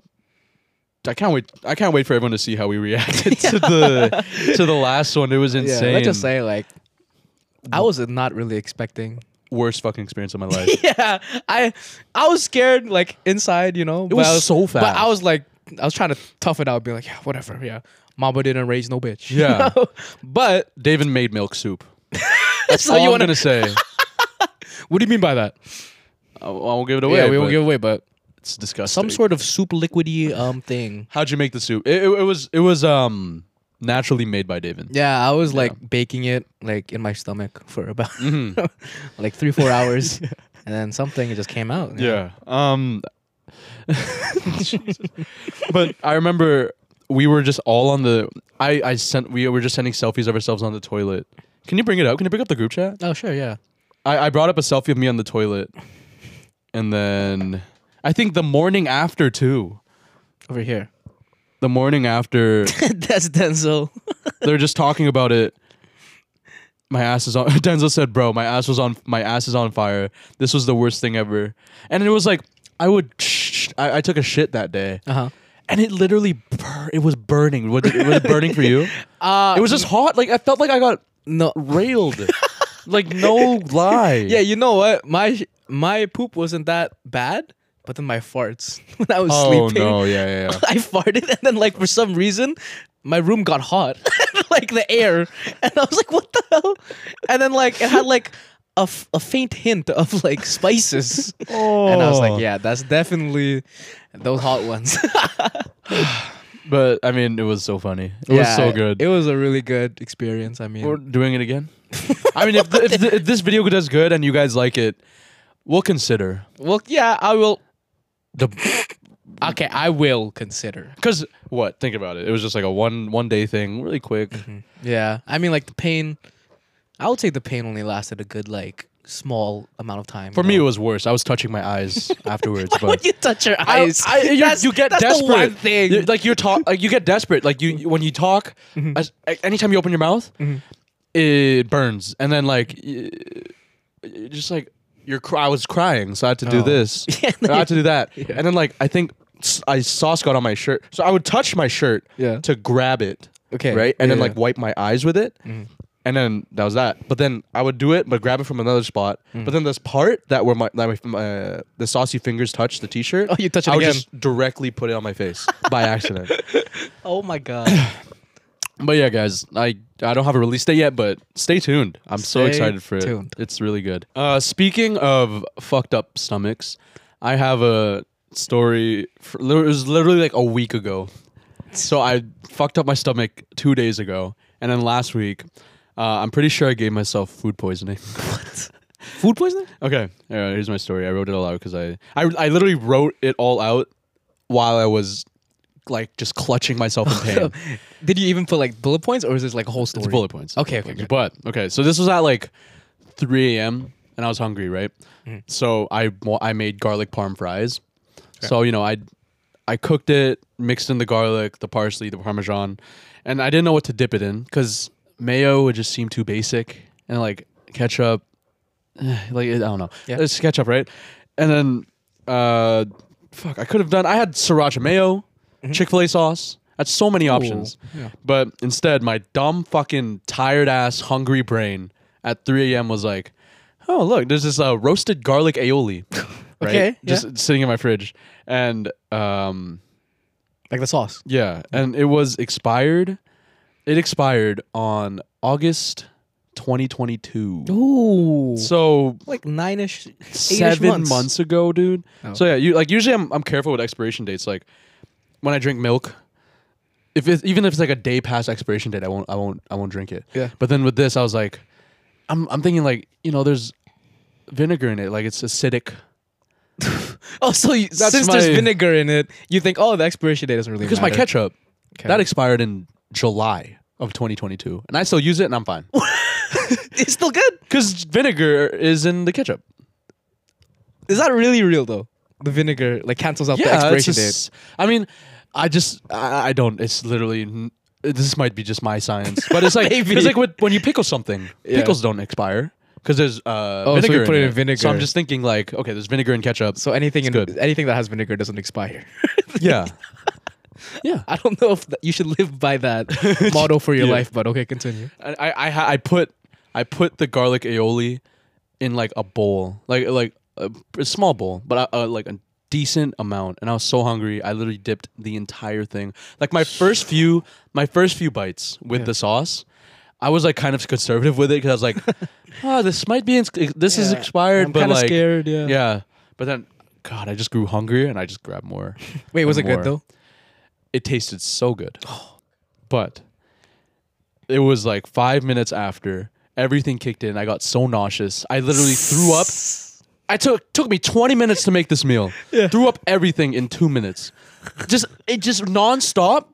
Speaker 1: I can't wait. I can't wait for everyone to see how we reacted to the to the last one. It was
Speaker 2: Yeah,
Speaker 1: insane.
Speaker 2: let's just say like I was not really expecting.
Speaker 1: worst fucking experience of my life.
Speaker 2: yeah, I I was scared like inside, you know. It
Speaker 1: was
Speaker 2: I was,
Speaker 1: so
Speaker 2: But I
Speaker 1: fast.
Speaker 2: was like, I was trying to tough it out, be like, yeah, whatever, yeah. Mama didn't raise no bitch. you
Speaker 1: Yeah.
Speaker 2: know? but
Speaker 1: David made milk soup.
Speaker 2: that's
Speaker 1: All
Speaker 2: all you
Speaker 1: I'm
Speaker 2: want
Speaker 1: gonna
Speaker 2: to.
Speaker 1: say.
Speaker 2: What do you mean by that?
Speaker 1: Oh, I I won't give it away.
Speaker 2: yeah, we won't
Speaker 1: but
Speaker 2: give away, but
Speaker 1: It's disgusting.
Speaker 2: some sort of soup liquidy um thing.
Speaker 1: How'd you make the soup? It, it, it was it was um naturally made by David.
Speaker 2: Yeah, I was like baking it like in my stomach for about
Speaker 1: Mm-hmm.
Speaker 2: like three four hours, and then something it just came out.
Speaker 1: Yeah. Um. Jesus. But I remember we were just all on the. I I sent we were just sending selfies of ourselves on the toilet. Can you bring it up? Can you bring up the group chat?
Speaker 2: Oh sure, yeah.
Speaker 1: I, I brought up a selfie of me on the toilet, and then I think the morning after too.
Speaker 2: Over here.
Speaker 1: The morning after
Speaker 2: That's Denzel.
Speaker 1: they're just talking about it. My ass is on. Denzel said, "Bro, my ass was on. My ass is on fire. This was the worst thing ever." And it was like I would. Sh- I, I took a shit that day,
Speaker 2: Uh-huh.
Speaker 1: and it literally. Bur- it was burning. Was it, was it burning for you?
Speaker 2: Uh
Speaker 1: It was just hot. Like I felt like I got
Speaker 2: no.
Speaker 1: railed. like no lie.
Speaker 2: Yeah, you know what? My sh- my poop wasn't that bad, but then my farts when I was
Speaker 1: Oh
Speaker 2: sleeping.
Speaker 1: no. Yeah. Yeah. yeah.
Speaker 2: I farted and then like for some reason my room got hot. like the air. And I was like, what the hell? And then like it had like a, f- a faint hint of like spices. And I was
Speaker 1: Oh.
Speaker 2: like, yeah, that's definitely those hot ones.
Speaker 1: But I mean, it was so funny. It was
Speaker 2: Yeah,
Speaker 1: so good.
Speaker 2: It was a really good experience. I mean,
Speaker 1: We're doing it again. I mean, if, th- if, th- if this video does good and you guys like it, we'll consider.
Speaker 2: well, yeah, I will.
Speaker 1: The
Speaker 2: Okay, I will consider.
Speaker 1: because what? Think about it. It was just like a one one day thing, really quick.
Speaker 2: Yeah, I mean, like the pain. I would say the pain only lasted a good like small amount of time.
Speaker 1: For me, it was worse. I was touching my eyes afterwards. but
Speaker 2: when you touch your
Speaker 1: I-
Speaker 2: eyes,
Speaker 1: I- you,
Speaker 2: that's,
Speaker 1: you get
Speaker 2: that's
Speaker 1: desperate.
Speaker 2: The one thing.
Speaker 1: You- like you're talk, like you get desperate. Like you- you when you talk,
Speaker 2: Mm-hmm.
Speaker 1: as, a- anytime you open your mouth, it burns, and then like y- y- just like you're. Cry- I was crying, so I had to do
Speaker 2: Oh.
Speaker 1: this.
Speaker 2: Yeah,
Speaker 1: I had to do that, and then like I think s- I sauce got on my shirt, so I would touch my shirt
Speaker 2: Yeah.
Speaker 1: to grab it.
Speaker 2: Okay,
Speaker 1: right, and then
Speaker 2: yeah. Mm-hmm.
Speaker 1: like wipe my eyes with it. And then that was that. But then I would do it, but grab it from another spot.
Speaker 2: Mm.
Speaker 1: But then this part that where my, that my, my the saucy fingers touch the t-shirt,
Speaker 2: Oh, you touch it
Speaker 1: I would
Speaker 2: again.
Speaker 1: just directly put it on my face by accident.
Speaker 2: oh my god!
Speaker 1: But yeah, guys, I I don't have a release date yet, but stay tuned. I'm so
Speaker 2: Stay
Speaker 1: excited for it.
Speaker 2: tuned.
Speaker 1: It's really good. Uh, speaking of fucked up stomachs, I have a story. For, it was literally like a week ago. So I fucked up my stomach two days ago, and then last week, uh, I'm pretty sure I gave myself food poisoning.
Speaker 2: Food poisoning?
Speaker 1: Okay, all right, here's my story. I wrote it all out because I, I I literally wrote it all out while I was like just clutching myself in pain.
Speaker 2: Did you even put like bullet points, or is this like a whole story?
Speaker 1: It's bullet points.
Speaker 2: Okay,
Speaker 1: Bullet
Speaker 2: okay,
Speaker 1: points. But okay, so this was at like 3 a.m. and I was hungry, right?
Speaker 2: Mm-hmm.
Speaker 1: So I wa- I made garlic parm fries. So you know I I cooked it, mixed in the garlic, the parsley, the parmesan, and I didn't know what to dip it in because mayo would just seem too basic and like ketchup, eh, like I don't know,
Speaker 2: Yeah.
Speaker 1: it's ketchup, right? And then Uh, fuck, I could have done. I had sriracha mayo, Chick Fil A sauce. That's so many options.
Speaker 2: Mm-hmm. yeah.
Speaker 1: But instead, my dumb fucking tired ass hungry brain at 3 a.m. was like, "Oh look, there's this uh, roasted garlic aioli." Right?
Speaker 2: Okay,
Speaker 1: Just
Speaker 2: yeah.
Speaker 1: sitting in my fridge, and um,
Speaker 2: Like the sauce.
Speaker 1: yeah, and it was expired. It expired on August 2022.
Speaker 2: Ooh.
Speaker 1: So
Speaker 2: like nine ish,
Speaker 1: seven months. ago, dude.
Speaker 2: Oh.
Speaker 1: So yeah, you like usually I'm I'm careful with expiration dates. Like when I drink milk, if it's, even if it's like a day past expiration date, I won't I won't I won't drink it.
Speaker 2: Yeah.
Speaker 1: But then with this, I was like, I'm I'm thinking like you know there's vinegar in it, like it's acidic.
Speaker 2: Oh, so you,
Speaker 1: That's
Speaker 2: since there's
Speaker 1: my-
Speaker 2: vinegar in it, you think, oh, the expiration date doesn't really
Speaker 1: Because my
Speaker 2: matter.
Speaker 1: ketchup
Speaker 2: Okay.
Speaker 1: that expired in July of 2022, and I still use it, and I'm fine.
Speaker 2: it's still good.
Speaker 1: Because vinegar is in the ketchup.
Speaker 2: Is that really real though? The vinegar like cancels out the expiration
Speaker 1: it's
Speaker 2: date.
Speaker 1: just- I mean, I just I, I don't. It's literally n- this might be just my science, but it's like
Speaker 2: Maybe.
Speaker 1: it's like with, when you pickle something,
Speaker 2: Yeah. Oh,
Speaker 1: pickles don't expire because there's uh,
Speaker 2: so
Speaker 1: vinegar.
Speaker 2: you put it in
Speaker 1: So I'm
Speaker 2: vinegar.
Speaker 1: just thinking like, okay, there's vinegar in ketchup.
Speaker 2: So anything in,
Speaker 1: good.
Speaker 2: anything that has vinegar doesn't expire.
Speaker 1: yeah, yeah.
Speaker 2: I don't know if th- you should live by that motto for your
Speaker 1: Yeah.
Speaker 2: life, but okay, continue.
Speaker 1: I I I, ha- I put I put the garlic aioli in like a bowl, like like a, a small bowl, but I, uh, like a decent amount. And I was so hungry, I literally dipped the entire thing. Like my first few my first few bites with the sauce. I was like kind of conservative with it because I was like, oh, this might be, ins- this is
Speaker 2: Yeah,
Speaker 1: expired,
Speaker 2: I'm
Speaker 1: but
Speaker 2: kinda
Speaker 1: like,
Speaker 2: scared, yeah.
Speaker 1: yeah. But then, God, I just grew hungry and I just grabbed more.
Speaker 2: Wait, was it
Speaker 1: and
Speaker 2: good
Speaker 1: more
Speaker 2: though?
Speaker 1: it tasted so good. But it was like five minutes after everything kicked in. I got so nauseous. I literally threw up. I took took me twenty minutes to make this meal. Threw up everything in two minutes. Just it just nonstop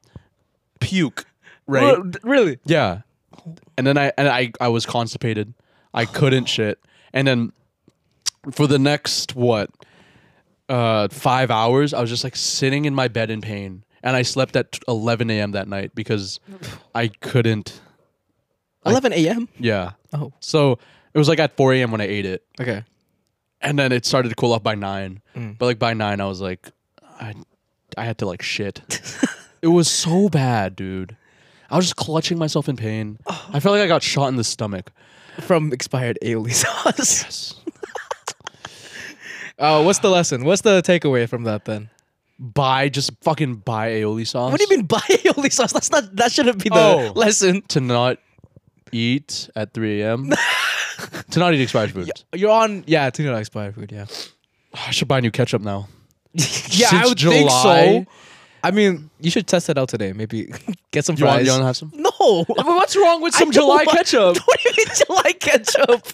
Speaker 1: puke. Right.
Speaker 2: Well, th- really?
Speaker 1: Yeah. And then I and I I was constipated. I couldn't shit. And then for the next what uh 5 hours I was just like sitting in my bed in pain. And I slept at 11 a.m. that night because I couldn't.
Speaker 2: 11 a.m.
Speaker 1: Yeah.
Speaker 2: Oh,
Speaker 1: So it was like at 4 a.m. when I ate it.
Speaker 2: okay.
Speaker 1: And then it started to cool off by 9. But like by 9 I was like I I had to like shit. it was so bad, dude. I was just clutching myself in pain. I felt like I got shot in the stomach.
Speaker 2: From expired aioli sauce. Uh, what's the lesson? What's the takeaway from that then?
Speaker 1: buy just fucking buy aioli sauce.
Speaker 2: What do you mean buy aioli sauce? That's not that shouldn't be the
Speaker 1: Oh.
Speaker 2: lesson.
Speaker 1: To not eat at 3 a.m. to not eat expired foods.
Speaker 2: You're on yeah, tuna not expired food, yeah.
Speaker 1: I should buy new ketchup now.
Speaker 2: yeah,
Speaker 1: Since July-
Speaker 2: I mean, you should test it out today. Maybe get some
Speaker 1: You want,
Speaker 2: fries.
Speaker 1: you want to have some?
Speaker 2: no.
Speaker 1: what's wrong with
Speaker 2: I don't want- What do you mean July ketchup?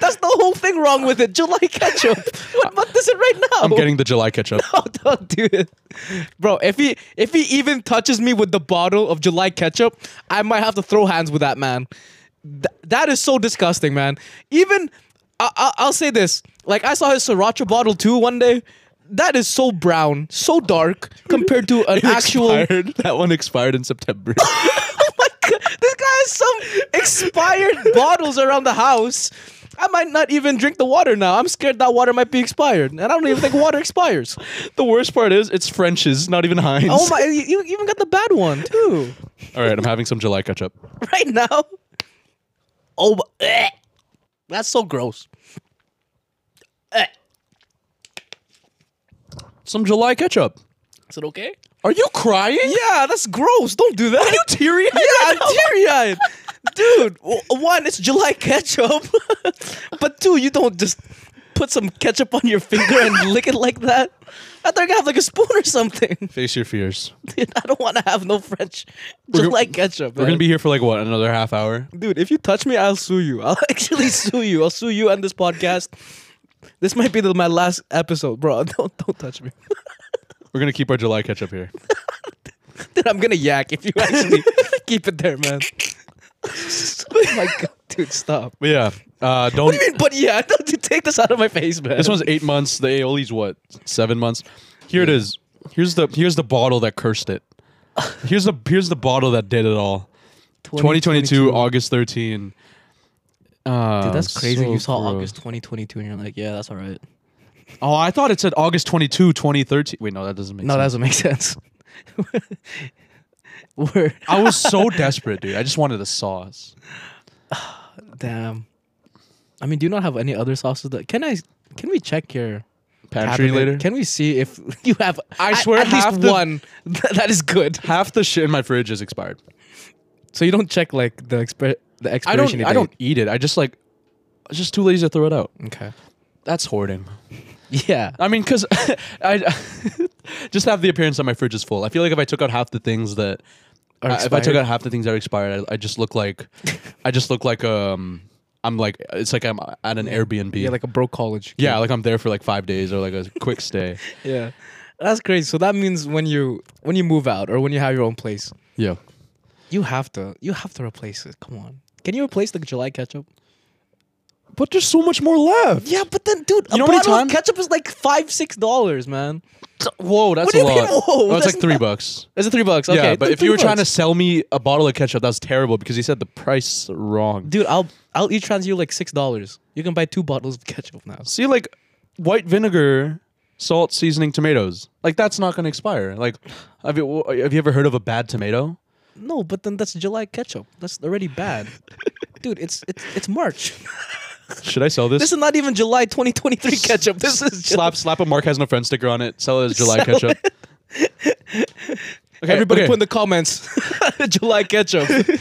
Speaker 2: That's the whole thing wrong with it. July ketchup. What month is it right now?
Speaker 1: I'm getting the July ketchup.
Speaker 2: No, don't do it, bro. If he if he even touches me with the bottle of July ketchup, I might have to throw hands with that man. Th- that is so disgusting, man. Even I- I- I'll say this: like I saw his sriracha bottle too one day. That is so brown, so dark compared to an actual.
Speaker 1: Expired. That one expired in September.
Speaker 2: This guy has some expired bottles around the house. I might not even drink the water now. I'm scared that water might be expired, and I don't even think water expires.
Speaker 1: the worst part is it's French's, not even Heinz.
Speaker 2: Oh my! You, you even got the bad one too.
Speaker 1: All right, I'm having some July ketchup.
Speaker 2: right now. Oh, my- eh. that's so gross. Eh.
Speaker 1: Some July ketchup.
Speaker 2: Is it okay?
Speaker 1: Are you crying?
Speaker 2: Yeah, that's gross. Don't do that. Are you teary eyed? Yeah, I'm teary eyed. Dude, w- one, it's July ketchup. but two, you don't just put some ketchup on your finger and lick it like that. I thought I could have like a spoon or something.
Speaker 1: Face your fears.
Speaker 2: Dude, I don't want to have no French
Speaker 1: gon-
Speaker 2: July ketchup.
Speaker 1: We're
Speaker 2: man.
Speaker 1: going to be here for like what, another half hour?
Speaker 2: dude, if you touch me, I'll sue you. I'll actually sue you. I'll sue you on this podcast. This might be the, my last episode, bro. Don't don't touch me.
Speaker 1: We're going to keep our July ketchup here.
Speaker 2: Dude, I'm gonna yak if you actually keep it there, man. oh my god, dude, stop.
Speaker 1: But yeah, uh, don't.
Speaker 2: What do you mean, but yeah, don't you take this out of my face, man.
Speaker 1: This one's eight months. The aioli's what? Seven months. Here it is. Here's the here's the bottle that cursed it. Here's the here's the bottle that did it all. 2022 August 13. Uh,
Speaker 2: Dude, that's crazy.
Speaker 1: so
Speaker 2: you saw
Speaker 1: gross.
Speaker 2: August 2022 and you're like, yeah, that's all right.
Speaker 1: Oh, I thought it said August 22, 2013. Wait, no, that doesn't make
Speaker 2: No, that
Speaker 1: sense.
Speaker 2: doesn't make sense. We're
Speaker 1: I was so desperate, dude. I just wanted a sauce.
Speaker 2: damn. I mean, do you not have any other sauces that can I? Can we check your
Speaker 1: Pantry
Speaker 2: cabinet?
Speaker 1: later.
Speaker 2: Can we see if you have?
Speaker 1: I
Speaker 2: a-
Speaker 1: swear
Speaker 2: at least
Speaker 1: half the-
Speaker 2: one that- that is good.
Speaker 1: Half the shit in my fridge is expired.
Speaker 2: So you don't check like the expi- the
Speaker 1: I
Speaker 2: expiration.
Speaker 1: don't. I don't eat it. I just like. I was just too lazy to throw it out.
Speaker 2: don't. Okay.
Speaker 1: That's hoarding.
Speaker 2: Yeah.
Speaker 1: I mean, cause I just have the appearance that my fridge is full. I feel like if I took out half the things that,
Speaker 2: Or
Speaker 1: I- if I took
Speaker 2: expired.
Speaker 1: out half the things that are expired, I, I just look like, I just look like um, I'm like it's like I'm at an Airbnb.
Speaker 2: yeah, like a broke college.
Speaker 1: Yeah, like I'm there for like five days or like a quick stay.
Speaker 2: Yeah. That's crazy. So that means when you when you move out or when you have your own place,
Speaker 1: Yeah.
Speaker 2: you have to you have to replace it. Come on. Can you replace the July ketchup?
Speaker 1: But there's so much more left.
Speaker 2: Yeah, but then, dude,
Speaker 1: You know how many times-
Speaker 2: ketchup is like five, six dollars, man.
Speaker 1: Whoa, that's
Speaker 2: What do you
Speaker 1: a lot.
Speaker 2: mean, whoa?
Speaker 1: oh, it's
Speaker 2: That's
Speaker 1: like three
Speaker 2: not-
Speaker 1: bucks.
Speaker 2: Is it three bucks? Okay,
Speaker 1: yeah, but
Speaker 2: th-
Speaker 1: if you
Speaker 2: three
Speaker 1: were trying to
Speaker 2: bucks.
Speaker 1: sell me a bottle of ketchup, that's terrible because he said the price wrong.
Speaker 2: dude, I'll I'll each transfer you like six dollars. You can buy two bottles of ketchup now.
Speaker 1: See, like white vinegar, salt, seasoning, tomatoes. Like that's not going to expire. Like, have you have you ever heard of a bad tomato?
Speaker 2: No, but then that's July ketchup. That's already bad, dude. It's it's it's March.
Speaker 1: Should I sell this?
Speaker 2: This is not even July 2023 ketchup. This is July.
Speaker 1: slap slap a Mark has no friend sticker on it. Sell it as July
Speaker 2: Sell
Speaker 1: ketchup. Okay,
Speaker 2: Everybody
Speaker 1: okay.
Speaker 2: put in the comments July ketchup.
Speaker 1: Can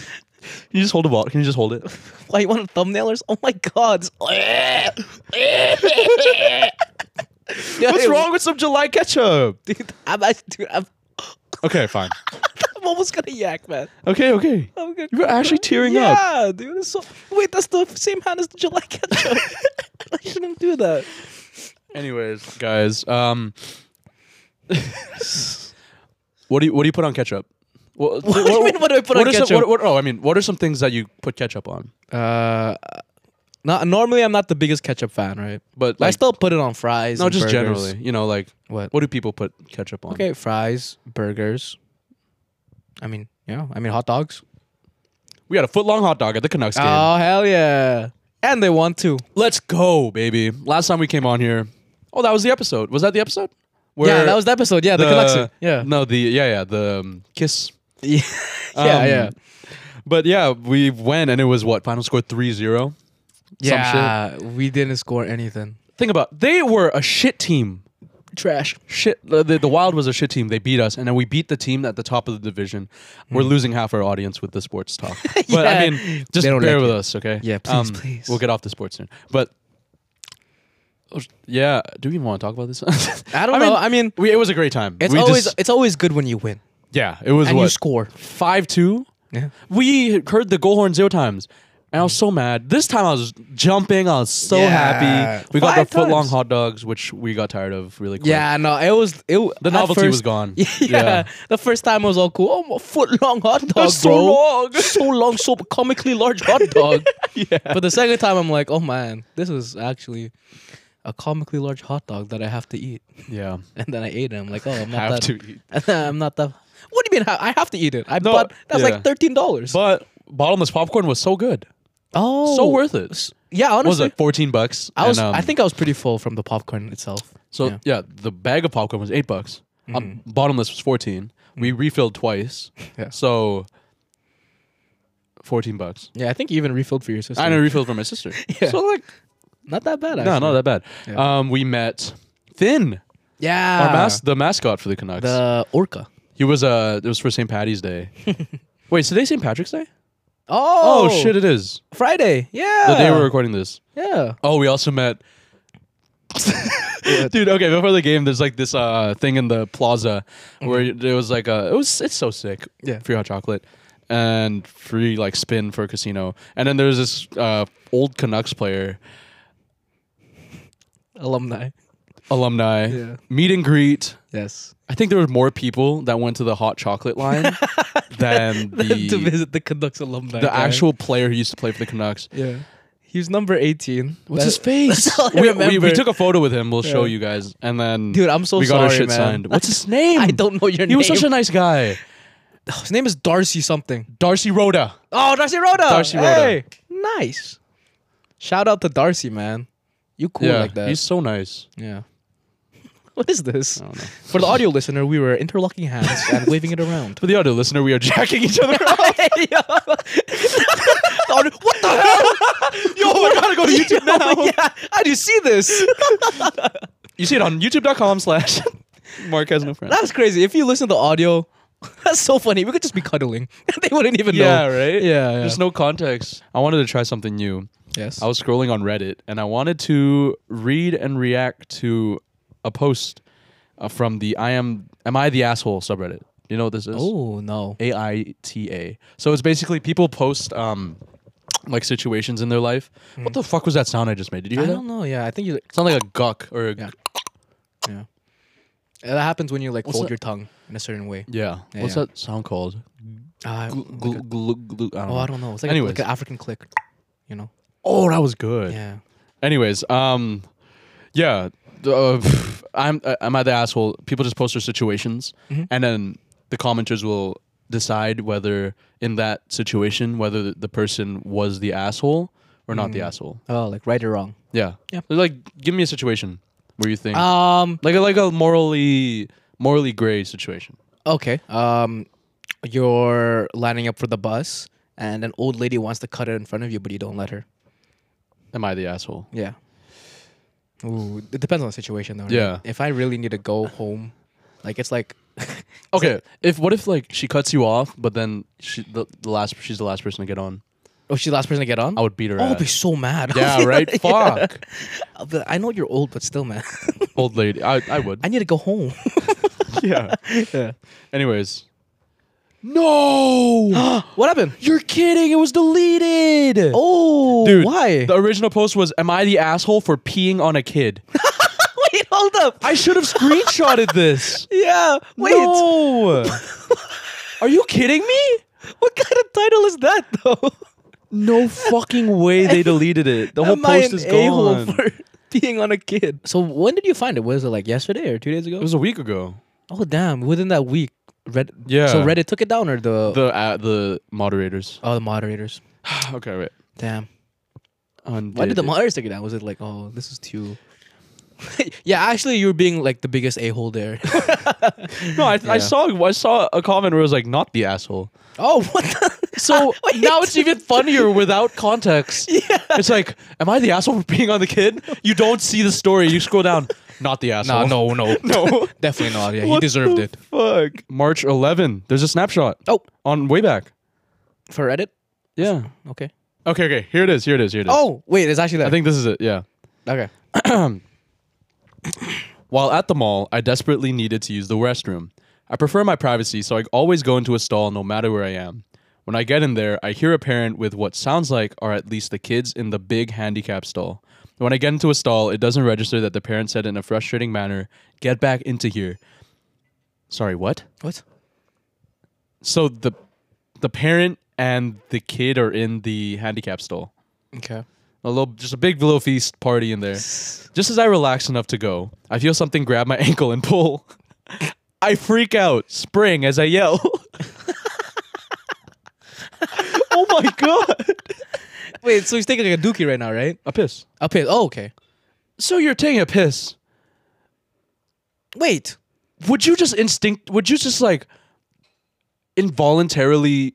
Speaker 1: you just hold a bottle? Can you just hold it?
Speaker 2: Why you want thumbnailers? Oh my god.
Speaker 1: What's wrong with some July ketchup?
Speaker 2: Dude, I'm, I, dude, I'm,
Speaker 1: Okay, fine.
Speaker 2: I'm almost gonna yak, man.
Speaker 1: Okay, okay.
Speaker 2: I'm gonna
Speaker 1: You were actually tearing
Speaker 2: yeah,
Speaker 1: up.
Speaker 2: dude. It's so, wait, that's the same hand as the July ketchup. I shouldn't do that.
Speaker 1: Anyways, guys, um, what do you what do you put on ketchup? What,
Speaker 2: do you mean, what do I put on
Speaker 1: are some-
Speaker 2: ketchup?
Speaker 1: what- what- oh, I mean, what are some things that you put ketchup on?
Speaker 2: Uh, not, normally I'm not the biggest ketchup fan, right?
Speaker 1: But
Speaker 2: I
Speaker 1: like,
Speaker 2: still put it on fries.
Speaker 1: no,
Speaker 2: and
Speaker 1: just
Speaker 2: burgers.
Speaker 1: generally, you know, like
Speaker 2: What?
Speaker 1: what do people put ketchup on?
Speaker 2: Okay, fries, burgers. I mean, yeah. I mean, hot dogs.
Speaker 1: we had a foot long hot dog at the Canucks game.
Speaker 2: Oh hell yeah! And they want to.
Speaker 1: Let's go, baby. Last time we came on here, oh, that was the episode. Was that the episode? Where
Speaker 2: yeah, that was the episode. Yeah, the, connection. Yeah.
Speaker 1: no, the yeah, yeah, the um, kiss.
Speaker 2: yeah,
Speaker 1: Um,
Speaker 2: yeah,
Speaker 1: But yeah, we went and it was what final score 3-0.
Speaker 2: yeah. We didn't score anything.
Speaker 1: Think about they were a shit team.
Speaker 2: Trash.
Speaker 1: shit the, the the wild was a shit team they beat us and then we beat the team at the top of the division we're losing half our audience with the sports talk but i
Speaker 2: Hmm. Yeah.
Speaker 1: mean just
Speaker 2: They
Speaker 1: bear
Speaker 2: don't like
Speaker 1: with
Speaker 2: it.
Speaker 1: us okay Um,
Speaker 2: Yeah, please, please.
Speaker 1: we'll get off the sports soon but oh, yeah do we even want to talk about this
Speaker 2: I don't
Speaker 1: I mean,
Speaker 2: know. I mean,
Speaker 1: we, it was a great time
Speaker 2: it's
Speaker 1: We
Speaker 2: always
Speaker 1: just-
Speaker 2: it's always good when you win
Speaker 1: yeah it was
Speaker 2: and you
Speaker 1: what
Speaker 2: score.
Speaker 1: 5-2
Speaker 2: Yeah.
Speaker 1: we heard the goal horn zero times and I was so mad. This time I was jumping. I was so
Speaker 2: Yeah.
Speaker 1: happy. We got
Speaker 2: Five
Speaker 1: the foot long
Speaker 2: times.
Speaker 1: hot dogs, which we got tired of really quick.
Speaker 2: Yeah, no, it was it. w-
Speaker 1: The
Speaker 2: at
Speaker 1: novelty was
Speaker 2: first-
Speaker 1: gone.
Speaker 2: Yeah, the first time it was all cool. Oh, my foot long hot dog,
Speaker 1: so
Speaker 2: bro.
Speaker 1: long.
Speaker 2: so long, so comically large hot dog. yeah. But the second time, I'm like, oh man, this is actually a comically large hot dog that I have to eat.
Speaker 1: Yeah.
Speaker 2: And then I ate it. I'm like, oh, I'm not
Speaker 1: Have
Speaker 2: that.
Speaker 1: to eat.
Speaker 2: I'm not that. What do you mean? ha- I have to eat it. I
Speaker 1: No,
Speaker 2: bought that's
Speaker 1: yeah.
Speaker 2: like thirteen dollars.
Speaker 1: But bottomless popcorn was so good,
Speaker 2: Oh,
Speaker 1: so worth it. What
Speaker 2: Yeah, honestly,
Speaker 1: was it fourteen bucks?
Speaker 2: I was.
Speaker 1: And, um,
Speaker 2: I think I was pretty full from the popcorn itself.
Speaker 1: so. Yeah.
Speaker 2: yeah.
Speaker 1: the bag of popcorn was eight bucks. Um, bottomless was 14 We refilled twice,
Speaker 2: Yeah.
Speaker 1: so fourteen bucks.
Speaker 2: Yeah, I think you even refilled for your sister.
Speaker 1: I know refilled for my sister.
Speaker 2: Yeah.
Speaker 1: So like,
Speaker 2: Not that bad. Actually.
Speaker 1: no, not that bad.
Speaker 2: Yeah.
Speaker 1: Um, we met Finn,
Speaker 2: Yeah.
Speaker 1: our mas- the mascot for the Canucks.
Speaker 2: Ah. The orca.
Speaker 1: he was uh, it was for St. Patty's Day. Wait, is today St. Patrick's Day?
Speaker 2: Oh,
Speaker 1: Oh, shit, it is.
Speaker 2: Friday. Yeah.
Speaker 1: The day we're recording this.
Speaker 2: Yeah.
Speaker 1: Oh, we also met. Dude, okay. Before the game, there's like this uh, thing in the plaza where there was like a. It was it's so sick.
Speaker 2: Mm-hmm. Yeah.
Speaker 1: free hot chocolate and free like spin for a casino. And then there's this uh, old Canucks player
Speaker 2: Alumni.
Speaker 1: alumni
Speaker 2: Yeah.
Speaker 1: meet and greet.
Speaker 2: Yes.
Speaker 1: I think there were more people that went to the hot chocolate line than
Speaker 2: to
Speaker 1: the
Speaker 2: visit the Canucks alumni.
Speaker 1: the
Speaker 2: guy.
Speaker 1: actual player who used to play for the Canucks.
Speaker 2: Yeah. He was number eighteen.
Speaker 1: What's
Speaker 2: That-
Speaker 1: his face?
Speaker 2: That's all I
Speaker 1: We, we, we
Speaker 2: remember.
Speaker 1: took a photo with him. We'll show
Speaker 2: Yeah.
Speaker 1: you guys, and then
Speaker 2: Dude, I'm so
Speaker 1: we got our
Speaker 2: sorry,
Speaker 1: shit
Speaker 2: man.
Speaker 1: signed. What's his name?
Speaker 2: I don't know your
Speaker 1: He
Speaker 2: name. Oh,
Speaker 1: was such a nice guy.
Speaker 2: his name is Darcy something.
Speaker 1: Darcy Rhoda.
Speaker 2: Oh, Darcy Rhoda.
Speaker 1: Darcy Rhoda.
Speaker 2: Hey, nice. Shout out to Darcy, man. You cool like that?
Speaker 1: he's so nice.
Speaker 2: yeah. What is this?
Speaker 1: I don't know.
Speaker 2: For the audio listener, we were interlocking hands and waving it around.
Speaker 1: For the other listener, we are jacking each other up.
Speaker 2: The audio- what the hell? Oh
Speaker 1: Yo, I gotta go to YouTube now.
Speaker 2: yeah, how do you see this?
Speaker 1: You see it on youtube.com slash Mark has no friends.
Speaker 2: That was crazy. If you listen to the audio, that's so funny. We could just be cuddling. they wouldn't even
Speaker 1: Yeah,
Speaker 2: know.
Speaker 1: right?
Speaker 2: Yeah, yeah.
Speaker 1: There's no context. I wanted to try something new.
Speaker 2: Yes.
Speaker 1: I was scrolling on Reddit and I wanted to read and react to a post uh, from the I am am I the asshole subreddit. You know what this is?
Speaker 2: oh no.
Speaker 1: A I T A. So it's basically people post um like situations in their life. What the fuck was that sound I just made? Did you
Speaker 2: Hmm. I
Speaker 1: hear
Speaker 2: don't
Speaker 1: that?
Speaker 2: know. Yeah, I think you.
Speaker 1: Sound like a guck or a
Speaker 2: Yeah. Yeah. That happens when you like
Speaker 1: What's
Speaker 2: fold
Speaker 1: that?
Speaker 2: your tongue in a certain way.
Speaker 1: yeah.
Speaker 2: Yeah,
Speaker 1: What's
Speaker 2: yeah.
Speaker 1: that sound called?
Speaker 2: Uh,
Speaker 1: Glu- glu- glu- glu- I don't
Speaker 2: oh, I
Speaker 1: know.
Speaker 2: don't know. It's like, a,
Speaker 1: Anyways.
Speaker 2: like an African click. You know.
Speaker 1: Oh, that was good.
Speaker 2: Yeah.
Speaker 1: Anyways, um, yeah, uh, pff, I'm I'm at the asshole. People just post their situations,
Speaker 2: Mm-hmm.
Speaker 1: and then the commenters will decide whether in that situation whether the- the person was the asshole or not the asshole.
Speaker 2: Oh, like right or wrong.
Speaker 1: Yeah, Uh,
Speaker 2: Yeah.
Speaker 1: They're like, give me a situation where you think
Speaker 2: Um.
Speaker 1: like a, like a morally morally gray situation.
Speaker 2: Okay. Um, you're lining up for the bus, and an old lady wants to cut it in front of you, but you don't let her.
Speaker 1: Am I the asshole?
Speaker 2: Yeah. Ooh, it depends on the situation, though. right?
Speaker 1: Yeah.
Speaker 2: If I really need to go home, like it's like,
Speaker 1: Okay, if what if like she cuts you off, but then she the, the last she's the last person to get on.
Speaker 2: oh, she's the last person to get on.
Speaker 1: I would beat her.
Speaker 2: Oh, I'll
Speaker 1: ass.
Speaker 2: be so mad.
Speaker 1: yeah, right. Fuck,
Speaker 2: I'll be like, I know you're old, but still, man,
Speaker 1: old lady. I I would.
Speaker 2: I need to go home.
Speaker 1: yeah. Anyways. No!
Speaker 2: what happened?
Speaker 1: You're kidding. It was deleted.
Speaker 2: Oh,
Speaker 1: Dude,
Speaker 2: why?
Speaker 1: The original post was Am I the asshole for peeing on a kid?
Speaker 2: wait, hold up.
Speaker 1: I should have screenshotted this.
Speaker 2: Yeah, wait.
Speaker 1: No. Are you kidding me?
Speaker 2: What kind of title is that, though?
Speaker 1: No fucking way they deleted it. The whole
Speaker 2: Am I
Speaker 1: post
Speaker 2: an
Speaker 1: is
Speaker 2: a-hole
Speaker 1: gone.
Speaker 2: for being on a kid. So when did you find it? Was it like yesterday or two days ago?
Speaker 1: it was a week ago.
Speaker 2: oh damn! Within that week, Red.
Speaker 1: Yeah.
Speaker 2: So Reddit took it down, or the,
Speaker 1: The uh, the moderators.
Speaker 2: oh the moderators.
Speaker 1: okay, wait.
Speaker 2: Damn. Why
Speaker 1: Undated.
Speaker 2: did the moderators take it down? Was it like oh this is too? yeah, actually, you were being like the biggest a hole there.
Speaker 1: No, I, I
Speaker 2: Yeah.
Speaker 1: saw I saw a comment where it was like not the asshole.
Speaker 2: oh what? The?
Speaker 1: So
Speaker 2: Wait.
Speaker 1: Ah, now it's even funnier without context. It's like, am I the asshole for being on the kid? You don't see the story. You scroll down. Not the asshole.
Speaker 2: no, no,
Speaker 1: no.
Speaker 2: definitely not. Yeah,
Speaker 1: What
Speaker 2: he deserved
Speaker 1: the
Speaker 2: it.
Speaker 1: Fuck. March 11. There's a snapshot.
Speaker 2: Oh,
Speaker 1: On way back.
Speaker 2: for Reddit.
Speaker 1: Yeah.
Speaker 2: Okay.
Speaker 1: Okay, okay. Here it is. Here it is. Here it is.
Speaker 2: Oh wait, it's actually that.
Speaker 1: I think this is it. Yeah.
Speaker 2: okay.
Speaker 1: While at the mall, I desperately needed to use the restroom. I prefer my privacy, so I always go into a stall no matter where I am. When I get in there, I hear a parent with what sounds like are at least the kids in the big handicap stall. When I get into a stall, it doesn't register that the parent said in a frustrating manner, Get back into here. Sorry, what?
Speaker 2: What?
Speaker 1: So the the parent and the kid are in the handicap stall.
Speaker 2: Okay.
Speaker 1: A little, just a big little feast party in there. Just as I relax enough to go, I feel something grab my ankle and pull. I freak out, spring as I yell. oh my god!
Speaker 2: Wait, so he's taking like a dookie right now, right?
Speaker 1: A piss.
Speaker 2: A piss. Oh, okay.
Speaker 1: So you're taking a piss.
Speaker 2: Wait.
Speaker 1: Would you just instinct? Would you just like involuntarily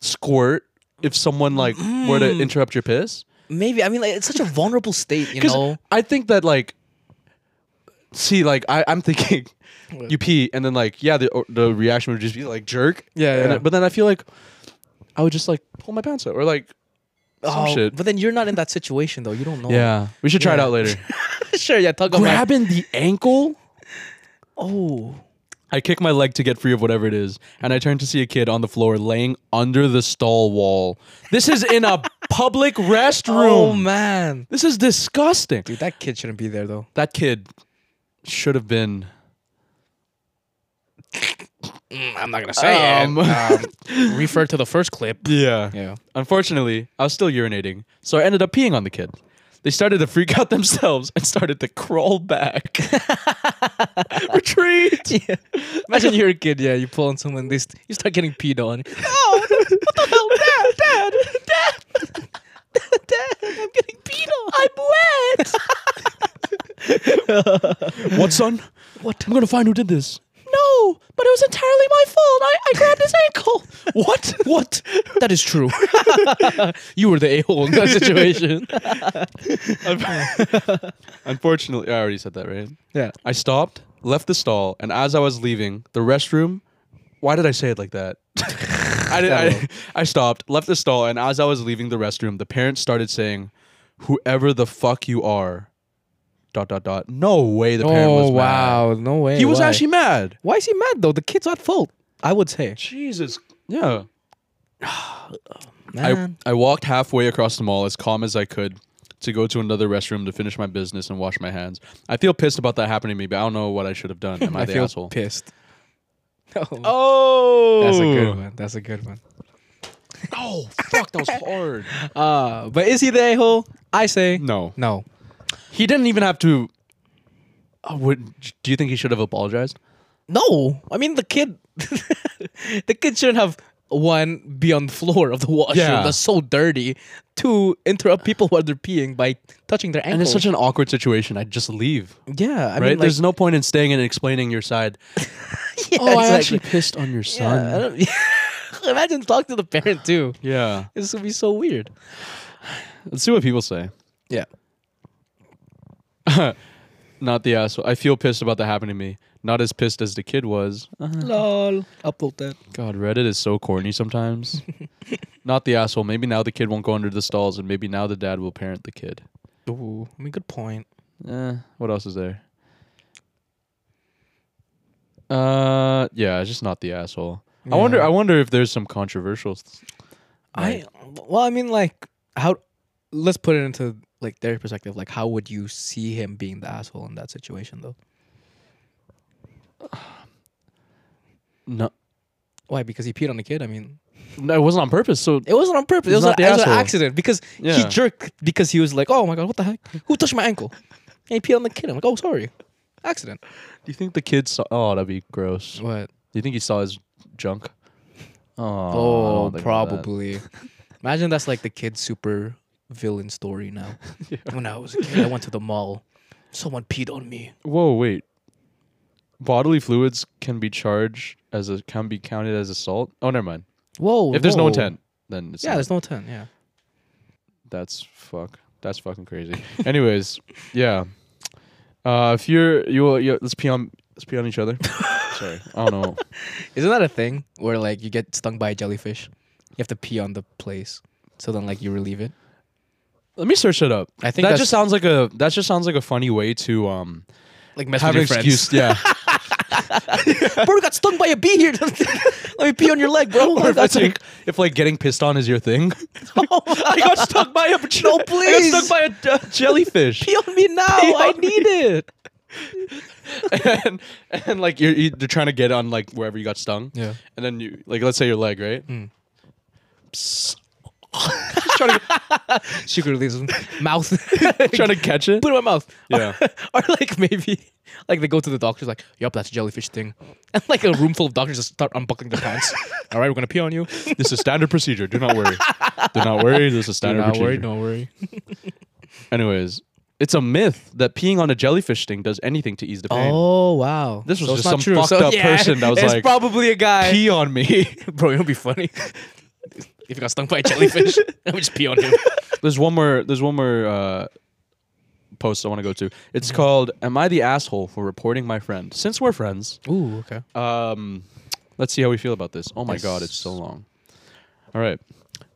Speaker 1: squirt if someone like were to interrupt your piss?
Speaker 2: Maybe I mean like it's such a vulnerable state, you
Speaker 1: Because
Speaker 2: know.
Speaker 1: I think that like, see, like I, I'm thinking, you pee, and then like, yeah, the or the reaction would just be like jerk.
Speaker 2: Yeah,
Speaker 1: And
Speaker 2: yeah.
Speaker 1: I- but then I feel like I would just like pull my pants out or like some shit.
Speaker 2: Oh, But then you're not in that situation though. You don't know.
Speaker 1: yeah, we should try it
Speaker 2: Yeah.
Speaker 1: out later.
Speaker 2: sure. Yeah, tug on my-
Speaker 1: Grabbing the ankle.
Speaker 2: Oh,
Speaker 1: I kick my leg to get free of whatever it is, and I turn to see a kid on the floor laying under the stall wall. This is in a public
Speaker 2: oh
Speaker 1: restroom.
Speaker 2: man,
Speaker 1: this is disgusting.
Speaker 2: dude, that kid shouldn't be there though.
Speaker 1: That kid should have been
Speaker 2: Mm, I'm not gonna
Speaker 1: say it.
Speaker 2: Um, refer to the first clip.
Speaker 1: Yeah.
Speaker 2: Yeah.
Speaker 1: Unfortunately, I was still urinating, so I ended up peeing on the kid. They started to freak out themselves and started to crawl back. Retreat!
Speaker 2: Imagine you're a kid. Yeah, you pull on someone. This you start getting peed on.
Speaker 1: No! What the hell? Dad! Dad!
Speaker 2: I'm getting peed on.
Speaker 1: Dad! What, son? What? I'm gonna find who did this.
Speaker 2: No, but it was entirely my fault. I, I grabbed his ankle. what? What? That is true. you were the a hole in that situation.
Speaker 1: Unfortunately, I already said that, right?
Speaker 2: yeah.
Speaker 1: I stopped, left the stall, and as I was leaving the restroom, why did I say it like that? I, did, I, I stopped, left the stall, and as I was leaving the restroom, the parents started saying, "Whoever the fuck you are," dot dot dot. No way, the parent
Speaker 2: Oh
Speaker 1: was mad.
Speaker 2: wow! No way.
Speaker 1: He was
Speaker 2: Why?
Speaker 1: actually mad.
Speaker 2: Why is he mad though? The kid's at fault. I would say.
Speaker 1: Jesus. Yeah. I,
Speaker 2: Man.
Speaker 1: I walked halfway across the mall as calm as I could to go to another restroom to finish my business and wash my hands. I feel pissed about that happening to me, but I don't know what I should have done. Am I, the
Speaker 2: feel
Speaker 1: asshole?
Speaker 2: pissed. Oh,
Speaker 1: Oh,
Speaker 2: that's a good one. That's a good one.
Speaker 1: Oh, fuck, that was hard.
Speaker 2: Uh, but is he the a hole? I say
Speaker 1: No,
Speaker 2: no.
Speaker 1: he didn't even have to. Uh, would, do you think he should have apologized?
Speaker 2: No, I mean the kid. the kid shouldn't have one be on the floor of the washroom.
Speaker 1: Yeah.
Speaker 2: That's so dirty. Two interrupt people while they're peeing by touching their ankles.
Speaker 1: And it's such an awkward situation. I'd just leave,
Speaker 2: yeah. I
Speaker 1: right?
Speaker 2: mean, like,
Speaker 1: There's no point in staying in and explaining your side.
Speaker 2: yeah,
Speaker 1: oh, I
Speaker 2: exactly.
Speaker 1: actually pissed on your son.
Speaker 2: Yeah, I don't- imagine talking to the parent too.
Speaker 1: yeah,
Speaker 2: This would be so weird.
Speaker 1: let's see what people say.
Speaker 2: Yeah.
Speaker 1: Not the asshole. I feel pissed about that happening to me. Not as pissed as the kid was.
Speaker 2: Lol. Upload that.
Speaker 1: God, Reddit is so corny sometimes. Not the asshole. Maybe now the kid won't go under the stalls, and maybe now the dad will parent the kid.
Speaker 2: Ooh, I mean, good point.
Speaker 1: Eh, what else is there? Uh, yeah, it's just not the asshole. I wonder.
Speaker 2: Yeah.
Speaker 1: I wonder if there's some controversial. s-
Speaker 2: I well, I mean, like how? Let's put it into like their perspective. Like, how would you see him being the asshole in that situation, though?
Speaker 1: No,
Speaker 2: Why? Because he peed on the kid. I mean,
Speaker 1: no, it wasn't on purpose. So
Speaker 2: it wasn't on purpose.
Speaker 1: He's
Speaker 2: It was,
Speaker 1: not
Speaker 2: an,
Speaker 1: the
Speaker 2: it was an
Speaker 1: asshole.
Speaker 2: accident because he
Speaker 1: Yeah.
Speaker 2: jerked because he was like, "Oh my god, what the heck? Who touched my ankle?" And he peed on the kid. I'm like, "Oh, sorry, accident."
Speaker 1: do you think the kid saw? Oh, that'd be gross. Do
Speaker 2: What?
Speaker 1: you think he saw his junk? Oh, I
Speaker 2: Oh,
Speaker 1: don't think about that.
Speaker 2: probably. Imagine that's like the kid's super villain story now. When I was a kid, I went to the mall. Someone peed on me.
Speaker 1: Whoa, wait. Bodily fluids can be charged as a can be counted as assault. Oh, never mind.
Speaker 2: Whoa.
Speaker 1: If there's no
Speaker 2: whoa.
Speaker 1: intent, then it's
Speaker 2: Yeah,
Speaker 1: not.
Speaker 2: there's no intent. Yeah.
Speaker 1: That's fuck. That's fucking crazy. Anyways, yeah. Uh, if you're you, you let's pee on let's pee on each other. Sorry, I don't know.
Speaker 2: Isn't that a thing where like you get stung by a jellyfish? You have to pee on the place. So then like you relieve it.
Speaker 1: Let me search it up.
Speaker 2: I think
Speaker 1: that
Speaker 2: that's-
Speaker 1: just sounds like a that just sounds like a funny way to um
Speaker 2: Like mess
Speaker 1: have an
Speaker 2: with your
Speaker 1: excuse.
Speaker 2: friends.
Speaker 1: Yeah,
Speaker 2: bro got stung by a bee here. Let me pee on your leg, bro.
Speaker 1: or if it's like if like getting pissed on is your thing.
Speaker 2: I got stung by a oh No,
Speaker 1: I
Speaker 2: please.
Speaker 1: got stuck by a, a jellyfish.
Speaker 2: pee on me now.
Speaker 1: Pee
Speaker 2: I
Speaker 1: on me.
Speaker 2: need it.
Speaker 1: and and like you're you're they're trying to get on like wherever you got stung.
Speaker 2: Yeah.
Speaker 1: And then you like let's say your leg, right? Psst. trying, to,
Speaker 2: Sugar relieves him. mouth.
Speaker 1: trying to catch it.
Speaker 2: put it in my mouth.
Speaker 1: Yeah.
Speaker 2: or like maybe like they go to the doctor's like, yup, that's a jellyfish thing. And like a room full of doctors just start unbuckling their pants. All right, we're gonna pee on you.
Speaker 1: This is standard procedure. Do not worry. Do not worry. This is standard procedure.
Speaker 2: don't worry.
Speaker 1: Anyways, it's a myth that peeing on a jellyfish sting does anything to ease the pain.
Speaker 2: Oh wow!
Speaker 1: This was
Speaker 2: it's
Speaker 1: just
Speaker 2: not
Speaker 1: some fucked up person that was
Speaker 2: it's
Speaker 1: like,
Speaker 2: probably a guy.
Speaker 1: Pee on me.
Speaker 2: Bro, it would be funny if you got stung by a jellyfish. I would just pee on him.
Speaker 1: there's one more. There's one more uh, post I want to go to. It's
Speaker 2: Mm-hmm.
Speaker 1: called "Am I the asshole for reporting my friend?" Since we're friends,
Speaker 2: Ooh, okay. Oh,
Speaker 1: Um, let's see how we feel about this. Oh my god, it's so
Speaker 2: Yes.
Speaker 1: long. All right.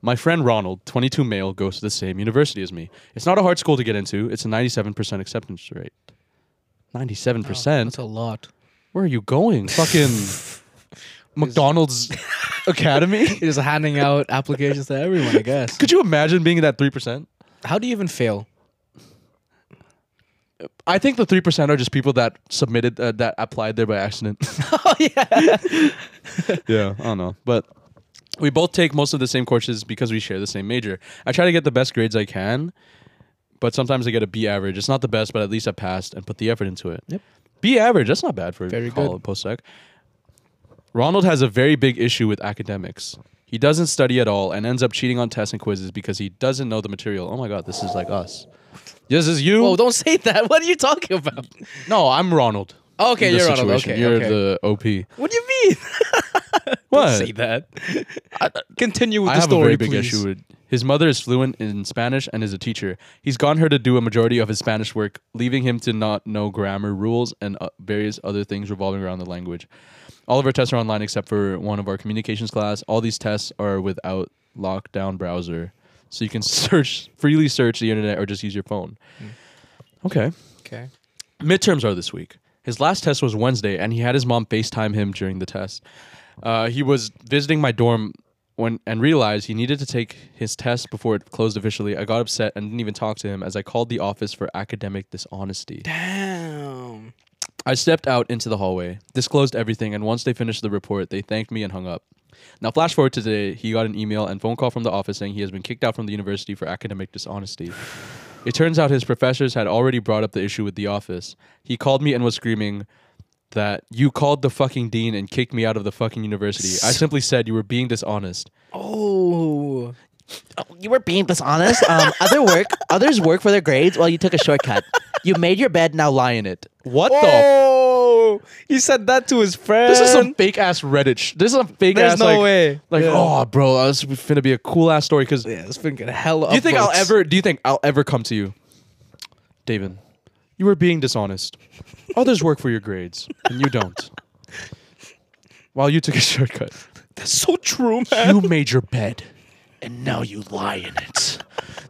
Speaker 1: My friend Ronald, 22 male, goes to the same university as me. It's not a hard school to get into. It's a 97% acceptance rate. 97%?
Speaker 2: Oh, That's a lot.
Speaker 1: Where are you going? Fucking McDonald's Academy?
Speaker 2: You're just handing out applications to everyone, I guess.
Speaker 1: Could you imagine being in that 3%?
Speaker 2: How do you even fail?
Speaker 1: I think the 3% are just people that submitted, uh, that applied there by accident.
Speaker 2: Oh yeah.
Speaker 1: yeah, I don't know. But we both take most of the same courses because we share the same major. I try to get the best grades I can, but sometimes I get a B average. It's not the best, but at least I passed and put the effort into it.
Speaker 2: Yep.
Speaker 1: B average, that's not bad for
Speaker 2: Very good.
Speaker 1: post sec. Ronald has a very big issue with academics. He doesn't study at all and ends up cheating on tests and quizzes because he doesn't know the material. Oh my god, this is like us. This is you.
Speaker 2: Oh, Whoa! Don't say that. What are you talking about?
Speaker 1: no, I'm Ronald.
Speaker 2: Oh, Okay,
Speaker 1: in this
Speaker 2: you're Ronald.
Speaker 1: situation.
Speaker 2: Okay,
Speaker 1: You're
Speaker 2: okay.
Speaker 1: the OP.
Speaker 2: What do you mean?
Speaker 1: What?
Speaker 2: Don't say that. Continue with
Speaker 1: I
Speaker 2: the
Speaker 1: have
Speaker 2: story,
Speaker 1: a very big
Speaker 2: please.
Speaker 1: issue with. His mother is fluent in Spanish and is a teacher. He's gone her to do a majority of his Spanish work, leaving him to not know grammar rules and uh, various other things revolving around the language. All of our tests are online except for one of our communications class. All these tests are without lockdown browser, so you can search freely search the internet or just use your phone. Okay.
Speaker 2: Mm. Okay.
Speaker 1: Midterms are this week. His last test was Wednesday, and he had his mom FaceTime him during the test. Uh, he was visiting my dorm when and realized he needed to take his test before it closed officially. I got upset and didn't even talk to him as I called the office for academic dishonesty.
Speaker 2: Damn.
Speaker 1: I stepped out into the hallway, disclosed everything, and once they finished the report, they thanked me and hung up. Now, flash forward to today, he got an email and phone call from the office saying he has been kicked out from the university for academic dishonesty. It turns out his professors had already brought up the issue with the office. He called me and was screaming that you called the fucking dean and kicked me out of the fucking university. I simply said you were being dishonest.
Speaker 2: Oh.
Speaker 3: You were being dishonest. Um, other work, others work for their grades while you took a shortcut. You made your bed, now lie in it.
Speaker 1: What the? F-
Speaker 2: Oh. He said that to his friend.
Speaker 1: this is some fake ass Reddit. Sh- this is a fake
Speaker 2: There's
Speaker 1: ass.
Speaker 2: no
Speaker 1: like,
Speaker 2: way.
Speaker 1: Like,
Speaker 2: Yeah.
Speaker 1: oh, bro, this is gonna be a cool ass story because
Speaker 2: Yeah, it's been getting hella.
Speaker 1: Do you think I'll ever? Do you think I'll ever come to you, David? You were being dishonest. Others work for your grades, and you don't. While you took a shortcut,
Speaker 2: That's so true, man.
Speaker 1: you made your bed, and now you lie in it.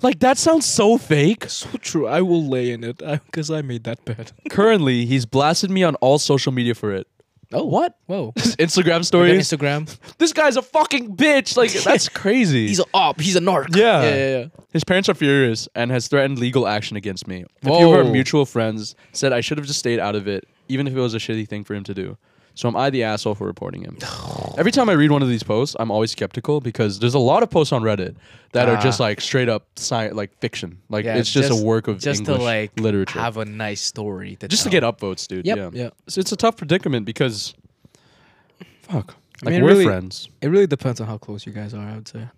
Speaker 1: Like that sounds so fake.
Speaker 2: so true. I will lay in it because I made that bed.
Speaker 1: Currently, he's blasted me on all social media for it.
Speaker 2: Oh, what? Whoa.
Speaker 1: His Instagram
Speaker 2: On
Speaker 1: stories.
Speaker 2: Instagram.
Speaker 1: this guy's a fucking bitch. Like that's crazy.
Speaker 2: He's an op. He's a narc.
Speaker 1: Yeah.
Speaker 2: Yeah, yeah, yeah.
Speaker 1: His parents are furious and has threatened legal action against me. A few
Speaker 2: Whoa.
Speaker 1: of our mutual friends said I should have just stayed out of it, even if it was a shitty thing for him to do. So am I the asshole for reporting him? Every time I read one of these posts, I'm always skeptical because there's a lot of posts on Reddit that are just
Speaker 2: Ah.
Speaker 1: like straight up sci- like fiction. Like
Speaker 2: Yeah,
Speaker 1: it's just, a work of
Speaker 2: just
Speaker 1: English
Speaker 2: to like
Speaker 1: literature.
Speaker 2: Have a nice story. To
Speaker 1: just to
Speaker 2: tell.
Speaker 1: get upvotes, dude.
Speaker 2: Yep,
Speaker 1: yeah.
Speaker 2: yeah.
Speaker 1: So it's a tough predicament because fuck. Like
Speaker 2: mean,
Speaker 1: we're
Speaker 2: really-
Speaker 1: friends.
Speaker 2: It really depends on how close you guys are. I would say.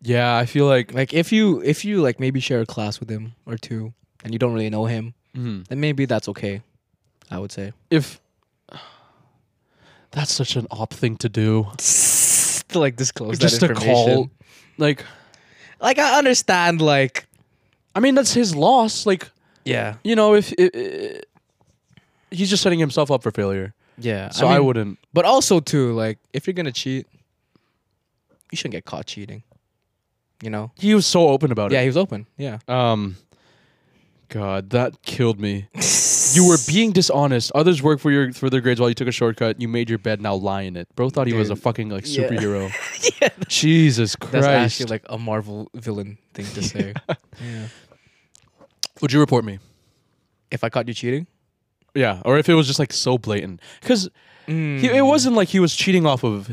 Speaker 1: Yeah, I feel like
Speaker 2: Like if you if you like maybe share a class with him or two, and you don't really know him,
Speaker 1: mhm.
Speaker 2: then maybe that's okay. I would say.
Speaker 1: if that's such an op thing to do.
Speaker 2: to like disclose
Speaker 1: just
Speaker 2: that
Speaker 1: a call.
Speaker 2: information.
Speaker 1: Like,
Speaker 2: Like I understand. Like
Speaker 1: I mean, that's his loss. Like,
Speaker 2: yeah,
Speaker 1: you know, if i i he's just setting himself up for failure,
Speaker 2: yeah.
Speaker 1: so I,
Speaker 2: mean,
Speaker 1: wouldn't.
Speaker 2: But also too, like if you're gonna cheat, you shouldn't get caught cheating. You know.
Speaker 1: He was so open about
Speaker 2: Yeah,
Speaker 1: it.
Speaker 2: he was open. Yeah.
Speaker 1: Um, God, that killed me. you were being dishonest. Others work for your for their grades while you took a shortcut. You made your bed, now lie in it. Bro thought he was a
Speaker 2: Dude.
Speaker 1: fucking like
Speaker 2: Yeah.
Speaker 1: superhero. Jesus
Speaker 2: That's
Speaker 1: Christ!
Speaker 2: actually like a Marvel villain thing to say. yeah.
Speaker 1: Would you report me?
Speaker 2: If I caught you cheating,
Speaker 1: Yeah, or if it was just like so blatant, because
Speaker 2: Hmm.
Speaker 1: it wasn't like he was cheating off of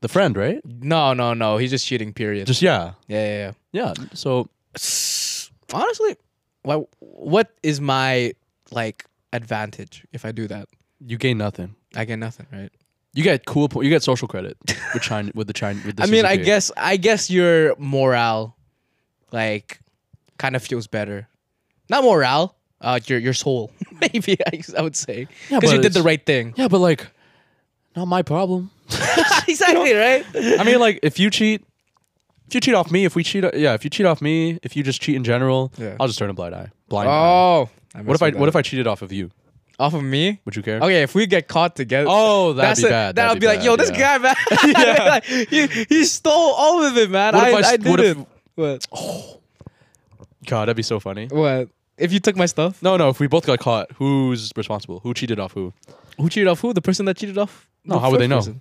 Speaker 1: the friend, right?
Speaker 2: no, no, no. He's just cheating. Period.
Speaker 1: Just yeah,
Speaker 2: yeah, yeah, yeah.
Speaker 1: yeah. So
Speaker 2: honestly, why, what is my like advantage if I do that?
Speaker 1: you gain nothing.
Speaker 2: I get nothing, right?
Speaker 1: You get cool. Po- you get social credit with China. With the China. With the
Speaker 2: I mean, I
Speaker 1: CCP.
Speaker 2: guess I guess your morale, like, kind of feels better. Not morale, uh, your your soul, maybe I, I would say,
Speaker 1: Yeah,
Speaker 2: because
Speaker 1: but
Speaker 2: you did the
Speaker 1: it's-
Speaker 2: right thing.
Speaker 1: Yeah, but like, not my problem.
Speaker 2: exactly right.
Speaker 1: I mean, like, if you cheat, if you cheat off me, if we cheat, yeah, if you cheat off me, if you just cheat in general,
Speaker 2: Yeah.
Speaker 1: I'll just turn a blind eye. Blind. eye.
Speaker 2: Oh,
Speaker 1: What if I? What if I cheated off of you?
Speaker 2: off of me?
Speaker 1: Would you care?
Speaker 2: Okay, if we get caught together.
Speaker 1: Oh, that'd
Speaker 2: that's
Speaker 1: be
Speaker 2: it.
Speaker 1: bad.
Speaker 2: Then I'll
Speaker 1: That'd be
Speaker 2: be, like,
Speaker 1: bad,
Speaker 2: yo, this
Speaker 1: yeah.
Speaker 2: guy, man, like, he, he stole all of it, man.
Speaker 1: What
Speaker 2: I,
Speaker 1: if I s-
Speaker 2: I did
Speaker 1: what if-
Speaker 2: it. What?
Speaker 1: God, that'd be so funny.
Speaker 2: What? If you took my stuff?
Speaker 1: No, no. If we both got caught, who's responsible? Who cheated off who?
Speaker 2: Who cheated off who? The person that cheated off?
Speaker 1: No,
Speaker 2: the
Speaker 1: how would they
Speaker 2: first
Speaker 1: know?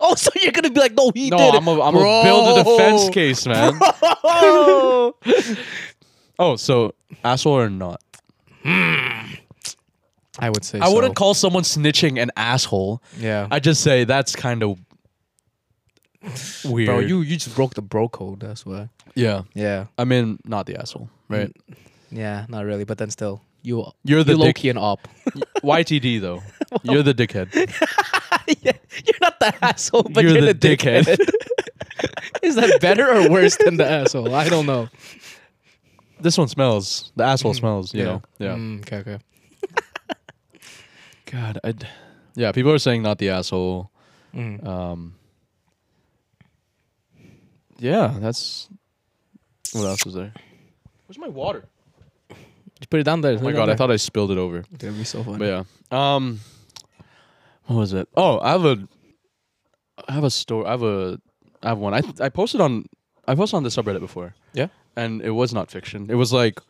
Speaker 2: Oh, so you're gonna be like, no, he
Speaker 1: No,
Speaker 2: did it.
Speaker 1: I'm a, I'm a build a defense case, man.
Speaker 2: Oh.
Speaker 1: Oh, so asshole or not?
Speaker 2: I would say.
Speaker 1: I
Speaker 2: so.
Speaker 1: wouldn't call someone snitching an asshole.
Speaker 2: Yeah,
Speaker 1: I just say that's kind of weird.
Speaker 2: bro, you you just broke the bro code. That's why.
Speaker 1: yeah.
Speaker 2: Yeah,
Speaker 1: I mean, not the asshole, right?
Speaker 2: yeah, not really, but then still, you
Speaker 1: You're the
Speaker 2: you low
Speaker 1: dick-
Speaker 2: key an op.
Speaker 1: YTD though. You're the dickhead.
Speaker 2: yeah, you're not the asshole, but
Speaker 1: You're
Speaker 2: you're,
Speaker 1: the
Speaker 2: the, dickhead. Is that better or worse than the asshole? I don't know.
Speaker 1: Hmm. This one smells. The asshole smells. You know. Yeah.
Speaker 2: Mm, okay. Okay.
Speaker 1: God, I. Yeah, people are saying not the asshole.
Speaker 2: Mm.
Speaker 1: Um. Yeah, that's. What else was there? Where's my water?
Speaker 2: You put it down there.
Speaker 1: Oh my god, I thought I spilled it over.
Speaker 2: that'd be so funny.
Speaker 1: But yeah. Um what was it? Oh, I have a I have a store I have a I have one. I I posted on I posted on the subreddit before.
Speaker 2: Yeah?
Speaker 1: And it was not fiction. It was like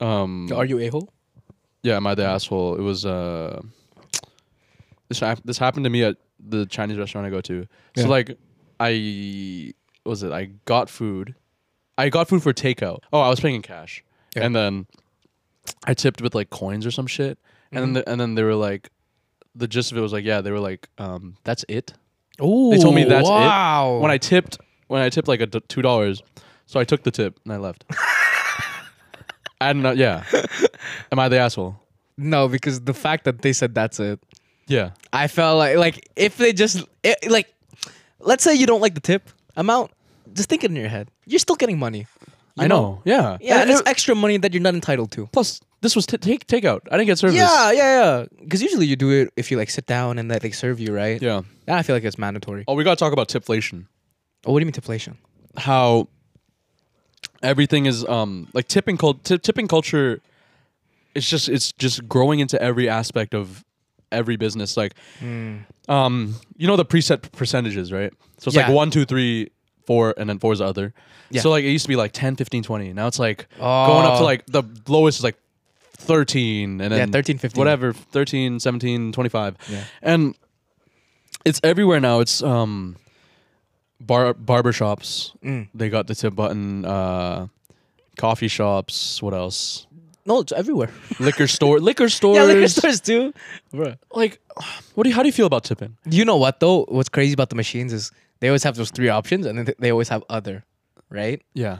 Speaker 1: um
Speaker 2: Are you a hole?
Speaker 1: yeah, am I the asshole? It was uh this hap- this happened to me at the Chinese restaurant I go to.
Speaker 2: Yeah.
Speaker 1: So like I what was it? I got food. I got food for takeout. Oh, I was paying in cash.
Speaker 2: Yeah.
Speaker 1: And then I tipped with like coins or some shit. And
Speaker 2: Mm-hmm.
Speaker 1: then the, and then they were like the gist of it was like, yeah, they were like, um, that's it.
Speaker 2: Oh,
Speaker 1: They told me that's
Speaker 2: wow.
Speaker 1: it. When I tipped, when I tipped like a d- two dollars, so I took the tip and I left. and uh, yeah, am I the asshole?
Speaker 2: no, because the fact that they said that's it,
Speaker 1: Yeah,
Speaker 2: I felt like like if they just it, like, let's say you don't like the tip amount, just think it in your head. You're still getting money. You
Speaker 1: I know. Yeah,
Speaker 2: Yeah,
Speaker 1: And
Speaker 2: and it's
Speaker 1: it-
Speaker 2: extra money that you're not entitled to.
Speaker 1: plus, this was t- take takeout. I didn't get service.
Speaker 2: Yeah, yeah, yeah. Because usually you do it if you like sit down and that they serve you, right?
Speaker 1: yeah.
Speaker 2: Then I feel like it's mandatory.
Speaker 1: Oh, we gotta talk about tipflation.
Speaker 2: Oh, what do you mean deflation?
Speaker 1: How everything is um like tipping cult- t- tipping culture. It's just it's just growing into every aspect of every business. Like, um, you know the preset p- percentages, right? So it's
Speaker 2: Yeah.
Speaker 1: like one, two, three, four, and then four is the other.
Speaker 2: Yeah.
Speaker 1: So like it used to be like 10, 15, 20. Now it's like going up to
Speaker 2: Oh.
Speaker 1: like the lowest is like 13 and then
Speaker 2: Yeah, 13, 15.
Speaker 1: whatever 13 17 25
Speaker 2: Yeah.
Speaker 1: and it's everywhere now it's um bar barber shops
Speaker 2: Mm.
Speaker 1: they got the tip button uh coffee shops what else
Speaker 2: No, it's everywhere.
Speaker 1: liquor store liquor stores
Speaker 2: yeah, liquor stores too. Bro.
Speaker 1: like what do you how do you feel about tipping
Speaker 2: You know what though? What's crazy about the machines is they always have those three options, and then th- they always have other, right?
Speaker 1: yeah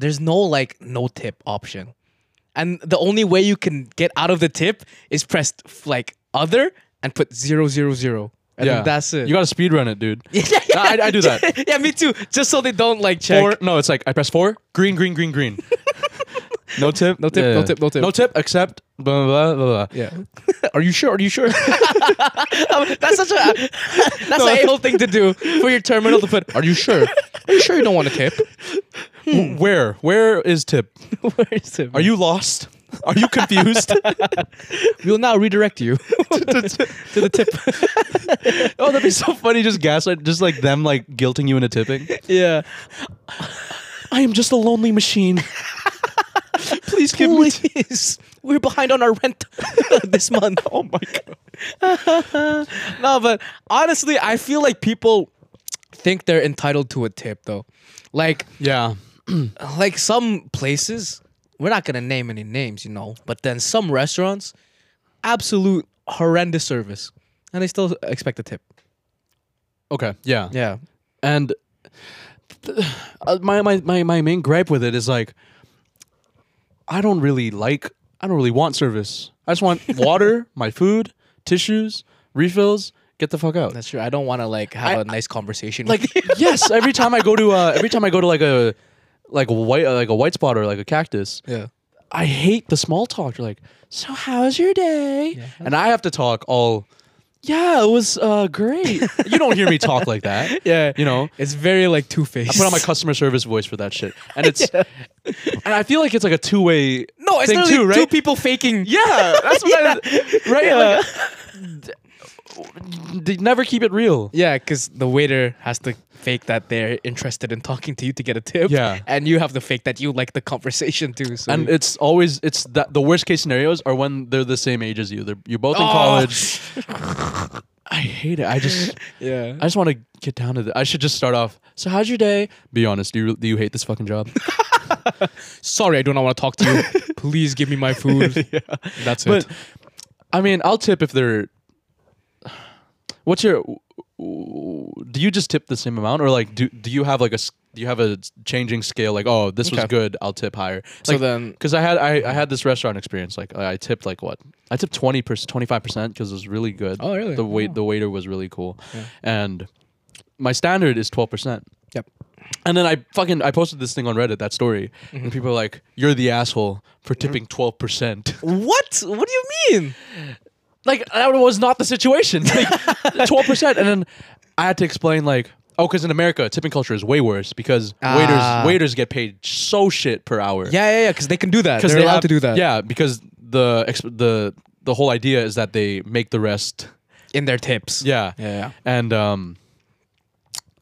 Speaker 2: There's no like no tip option, and the only way you can get out of the tip is press f- like other and put zero zero zero, and
Speaker 1: yeah
Speaker 2: then that's it.
Speaker 1: you gotta speed run it dude
Speaker 2: yeah, yeah.
Speaker 1: I, I do that
Speaker 2: yeah, me too. Just so they don't like check.
Speaker 1: Four. No, it's like I press four. Green, green, green, green. no tip. No
Speaker 2: tip, no tip, no tip.
Speaker 1: No tip. Except blah blah blah blah. blah.
Speaker 2: yeah. Are you sure? Are you sure? Oh, that's such a that's
Speaker 1: No.
Speaker 2: an able thing to do for your terminal to put. Are you sure? Are you sure you don't want a tip?
Speaker 1: Where? Where is tip?
Speaker 2: Where is it?
Speaker 1: Are you lost? Are you confused?
Speaker 2: We'll now redirect you to the tip.
Speaker 1: oh, that'd be so funny. Just gaslight. Just like them, like guilting you into tipping.
Speaker 2: yeah.
Speaker 1: I am just a lonely machine.
Speaker 2: Please give me. We're behind on our rent this month. Oh my god. no, but honestly, I feel like people think they're entitled to a tip though. Like
Speaker 1: Yeah.
Speaker 2: like some places, we're not gonna name any names, you know, but then some restaurants, absolute horrendous service, and they still expect a tip.
Speaker 1: Okay. Yeah.
Speaker 2: Yeah,
Speaker 1: And th- uh, my, my my my main gripe with it is like, I don't really like. I don't really want service. I just want water, my food, tissues, refills. Get the fuck out.
Speaker 2: that's true. I don't want to like have
Speaker 1: I-
Speaker 2: a nice conversation.
Speaker 1: like
Speaker 2: with you.
Speaker 1: yes, every time I go to uh, every time I go to like a like a white like a white spot or like a cactus,
Speaker 2: yeah,
Speaker 1: I hate the small talk. You're like, so how's your day? And I have to talk all. Yeah, it was uh, great. you don't hear me talk like that.
Speaker 2: Yeah.
Speaker 1: you know.
Speaker 2: it's very like two faced.
Speaker 1: I put on my customer service voice for that shit, and it's, and I feel like it's like a two way.
Speaker 2: no, it's
Speaker 1: thing
Speaker 2: literally
Speaker 1: too, right?
Speaker 2: two people faking.
Speaker 1: yeah, that's what I- right.
Speaker 2: Yeah.
Speaker 1: Like, they never keep it real.
Speaker 2: Yeah, because the waiter has to fake that they're interested in talking to you to get a tip.
Speaker 1: Yeah.
Speaker 2: and you have to fake that you like the conversation too. So
Speaker 1: And it's always it's that the worst case scenarios are when they're the same age as you. They're you're both in
Speaker 2: Oh.
Speaker 1: college. I hate it. I just
Speaker 2: yeah,
Speaker 1: I just want to get down to the. I should just start off. So how's your day? Be honest. Do you do you hate this fucking job?
Speaker 2: sorry, I do not want to talk to you. Please give me my food. That's
Speaker 1: But
Speaker 2: it.
Speaker 1: I mean, I'll tip if they're. What's your? Do you just tip the same amount, or like do do you have like a s- do you have a changing scale? Like, oh, this was
Speaker 2: Okay.
Speaker 1: good, I'll tip higher.
Speaker 2: So then-
Speaker 1: because I had I, I had this restaurant experience. Like, I I tipped like what I tipped twenty percent, twenty five percent because it was really good.
Speaker 2: Oh, really?
Speaker 1: The wait the waiter was really cool, and my standard is twelve percent.
Speaker 2: Yep.
Speaker 1: And then I fucking I posted this thing on Reddit that story,
Speaker 2: Mm-hmm.
Speaker 1: and people are like, "You're the asshole for tipping twelve percent."
Speaker 2: What? What do you mean?
Speaker 1: like that was not the situation. Like twelve percent, and then I had to explain like, oh, because in America, tipping culture is way worse because
Speaker 2: Ah.
Speaker 1: waiters waiters get paid so shit per hour.
Speaker 2: Yeah, yeah, yeah. Because they can do that. They're
Speaker 1: they
Speaker 2: allowed
Speaker 1: have-
Speaker 2: to do that.
Speaker 1: Yeah, because the ex- the the whole idea is that they make the rest.
Speaker 2: in their tips.
Speaker 1: Yeah,
Speaker 2: Yeah, yeah.
Speaker 1: and um.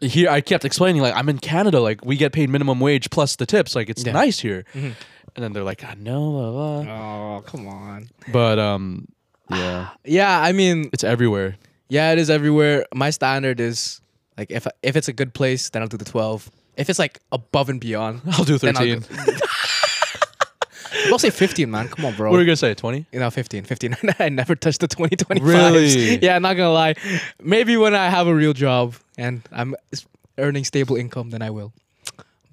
Speaker 1: Here I kept explaining like I'm in Canada, like we get paid minimum wage plus the tips, like it's
Speaker 2: Yeah. Mm-hmm.
Speaker 1: nice here. And then they're like, I know, blah, blah.
Speaker 2: Oh come on.
Speaker 1: but um, yeah,
Speaker 2: Yeah, I mean,
Speaker 1: it's everywhere.
Speaker 2: yeah, it is everywhere. My standard is like if if it's a good place, then I'll do the twelve. If it's like above and beyond,
Speaker 1: I'll do
Speaker 2: then I'll
Speaker 1: thirteen.
Speaker 2: I'll say 15, man. Come on, bro.
Speaker 1: What are you gonna say? Twenty?
Speaker 2: you know, 15, 15. I never touched the 20, 25s.
Speaker 1: Really?
Speaker 2: Yeah, not gonna lie. Maybe when I have a real job and I'm s- earning stable income, then I will.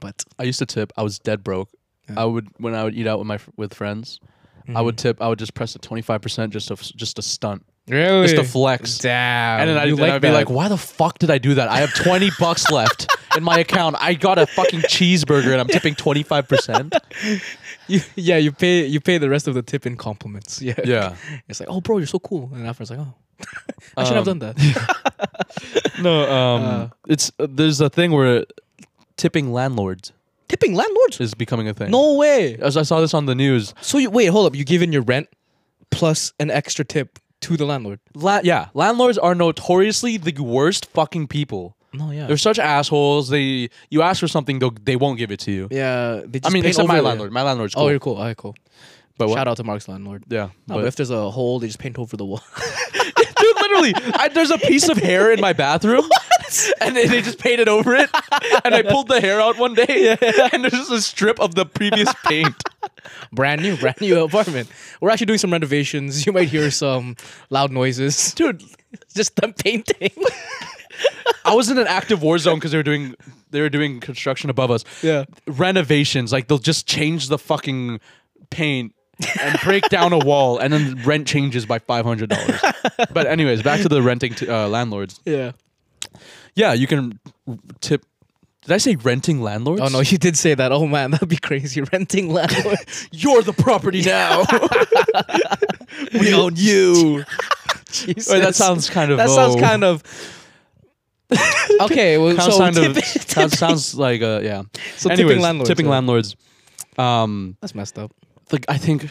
Speaker 2: But
Speaker 1: I used to tip. I was dead broke. I would when I would eat out with my fr- with friends. I would tip. I would just press the twenty five percent just to f- just to stunt,
Speaker 2: really,
Speaker 1: just to flex.
Speaker 2: Damn.
Speaker 1: And then I'd,
Speaker 2: you
Speaker 1: and I'd be
Speaker 2: that.
Speaker 1: like, "Why the fuck did I do that? I have twenty bucks left in my account. I got a fucking cheeseburger and I'm tipping twenty five percent."
Speaker 2: You- yeah, you pay you pay the rest of the tip in compliments. Yeah.
Speaker 1: Yeah.
Speaker 2: It's like, oh, bro, you're so cool. And after it's like, oh, I should have
Speaker 1: Um,
Speaker 2: done that.
Speaker 1: No. Um. it's uh, there's a thing where tipping landlords
Speaker 2: Tipping landlords?
Speaker 1: is becoming a thing.
Speaker 2: No way.
Speaker 1: As I saw this on the news,
Speaker 2: So you wait, hold up. You give in your rent plus an extra tip to the landlord.
Speaker 1: La- yeah, landlords are notoriously the worst fucking people.
Speaker 2: No, yeah.
Speaker 1: They're such assholes. They you ask for something, they they won't give it to you.
Speaker 2: yeah, they just
Speaker 1: I mean,
Speaker 2: pay
Speaker 1: except my
Speaker 2: over the-
Speaker 1: landlord. My landlord's cool.
Speaker 2: Oh, you're cool. All right, cool.
Speaker 1: but what-
Speaker 2: Shout out to Mark's landlord.
Speaker 1: Yeah,
Speaker 2: No, but, if there's a hole, they just paint over the wall.
Speaker 1: dude, literally, I, there's a piece of hair in my bathroom, and they, they just painted over it. And I pulled the hair out one day, and there's just a strip of the previous paint.
Speaker 2: brand new, brand new apartment. We're actually doing some renovations. You might hear some loud noises. Dude, just them painting.
Speaker 1: I was in an active war zone because they were doing they were doing construction above us.
Speaker 2: Yeah.
Speaker 1: renovations like they'll just change the fucking paint and break down a wall, and then rent changes by five hundred dollars. but anyways, back to the renting to, uh, landlords.
Speaker 2: yeah.
Speaker 1: Yeah, you can tip. Did I say renting landlords?
Speaker 2: Oh no, you did say that. Oh man, that'd be crazy. Renting landlord.
Speaker 1: You're the property now. we own you.
Speaker 2: Jesus.
Speaker 1: Wait, that sounds kind of.
Speaker 2: That sounds kind of. okay, well, so
Speaker 1: sounds kind of.
Speaker 2: tipping-
Speaker 1: sounds- sounds like uh, yeah.
Speaker 2: So tipping
Speaker 1: Anyways,
Speaker 2: landlords,
Speaker 1: Tipping
Speaker 2: yeah.
Speaker 1: landlords. Um,
Speaker 2: that's messed up.
Speaker 1: like I think,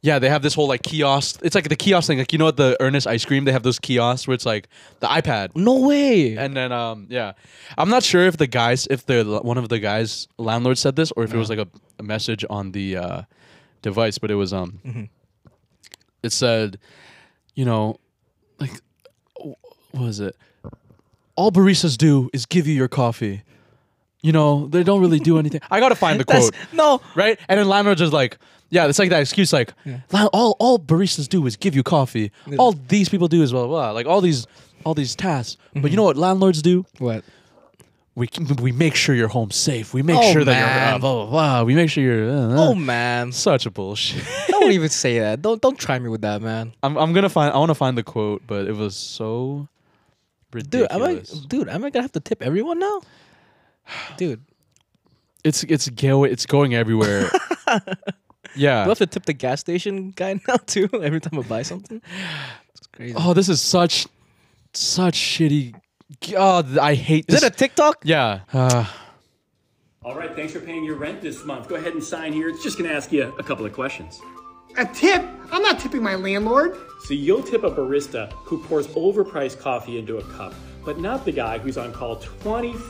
Speaker 1: yeah, they have this whole like kiosk. It's like the kiosk thing. Like you know at the Earnest ice cream, they have those kiosks where it's like the iPad.
Speaker 2: No way.
Speaker 1: And then um yeah, I'm not sure if the guys if the one of the guys landlord said this or if it was like a, a message on the uh, device, but it was um it said, you know, like wh- what was it? All baristas do is give you your coffee. You know, they don't really do anything. I gotta find the
Speaker 2: That's-
Speaker 1: quote
Speaker 2: no.
Speaker 1: right? And then landlords is like, yeah, it's like that excuse, like "La- all all baristas do is give you coffee. All these people do is blah blah, blah. like all these all these tasks.
Speaker 2: Mhm.
Speaker 1: But you know what landlords do?
Speaker 2: What?
Speaker 1: We can- we make sure you're home safe. We make
Speaker 2: Oh,
Speaker 1: sure that you're uh,
Speaker 2: man.
Speaker 1: blah blah blah. We make sure you're. Uh, uh.
Speaker 2: Oh man,
Speaker 1: such a bullshit.
Speaker 2: don't even say that. Don't don't try me with that, man.
Speaker 1: I'm I'm gonna find. I want to find the quote, but it was so
Speaker 2: Dude,
Speaker 1: ridiculous.
Speaker 2: am I? Dude, am I gonna have to tip everyone now? Dude,
Speaker 1: it's it's go, it's going everywhere. yeah.
Speaker 2: do I have to tip the gas station guy now too? Every time I buy something, it's crazy.
Speaker 1: Oh, this is such such shitty. God, I hate this.
Speaker 2: Is it a TikTok?
Speaker 1: yeah. Uh,
Speaker 4: All right, thanks for paying your rent this month. Go ahead and sign here. It's just going to ask you a couple of questions.
Speaker 5: A tip? I'm not tipping my landlord.
Speaker 4: So you'll tip a barista who pours overpriced coffee into a cup, but not the guy who's on call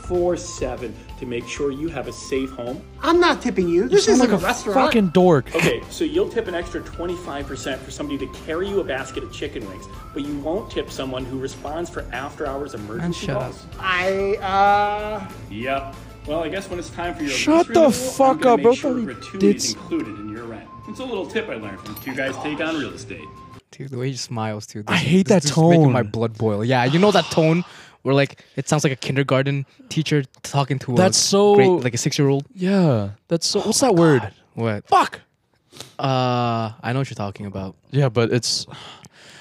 Speaker 4: 24/7 to make sure you have a safe home.
Speaker 5: I'm not tipping you. This
Speaker 1: sound
Speaker 5: isn't
Speaker 1: like
Speaker 5: a,
Speaker 1: a
Speaker 5: restaurant.
Speaker 1: fucking dork.
Speaker 4: Okay, so you'll tip an extra 25% for somebody to carry you a basket of chicken wings, but you won't tip someone who responds for after-hours emergency
Speaker 2: shut
Speaker 4: calls.
Speaker 5: I uh
Speaker 4: Yep. Well, I guess when it's time for your
Speaker 1: Shut
Speaker 4: lease
Speaker 1: the
Speaker 4: renewal,
Speaker 1: fuck
Speaker 4: I'm gonna
Speaker 1: up,
Speaker 4: make
Speaker 1: bro.
Speaker 4: Sure
Speaker 1: Don't be
Speaker 4: gratuity is
Speaker 1: dits.
Speaker 4: included in your rent. It's a little tip I learned from two guys take on real estate.
Speaker 2: Dude, the way he smiles too.
Speaker 1: I hate that
Speaker 2: dude's Making
Speaker 1: tone.
Speaker 2: my blood boil. Yeah, you know that tone where like it sounds like a kindergarten teacher talking to
Speaker 1: That's
Speaker 2: a
Speaker 1: so-
Speaker 2: great, like a six year old.
Speaker 1: Yeah, that's so. what's
Speaker 5: Oh,
Speaker 1: that word?
Speaker 2: What?
Speaker 1: Fuck.
Speaker 2: Uh, I know what you're talking about.
Speaker 1: Yeah, but it's.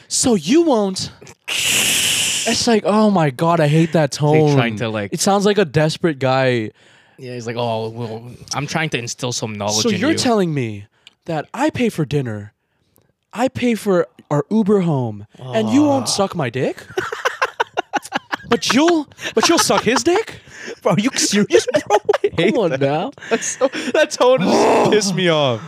Speaker 1: So you won't. It's like, oh my god, I hate that tone.
Speaker 2: trying to, like-
Speaker 1: It sounds like a desperate guy.
Speaker 2: Yeah, he's like, oh, well, I'm trying to instill some knowledge.
Speaker 1: So
Speaker 2: in
Speaker 1: you're
Speaker 2: you.
Speaker 1: telling me that I pay for dinner, I pay for our Uber home, and you won't suck my dick. but you'll, but you'll suck his dick.
Speaker 2: Bro, are you serious, bro? Come on now.
Speaker 1: That's so, that tone just pissed me off.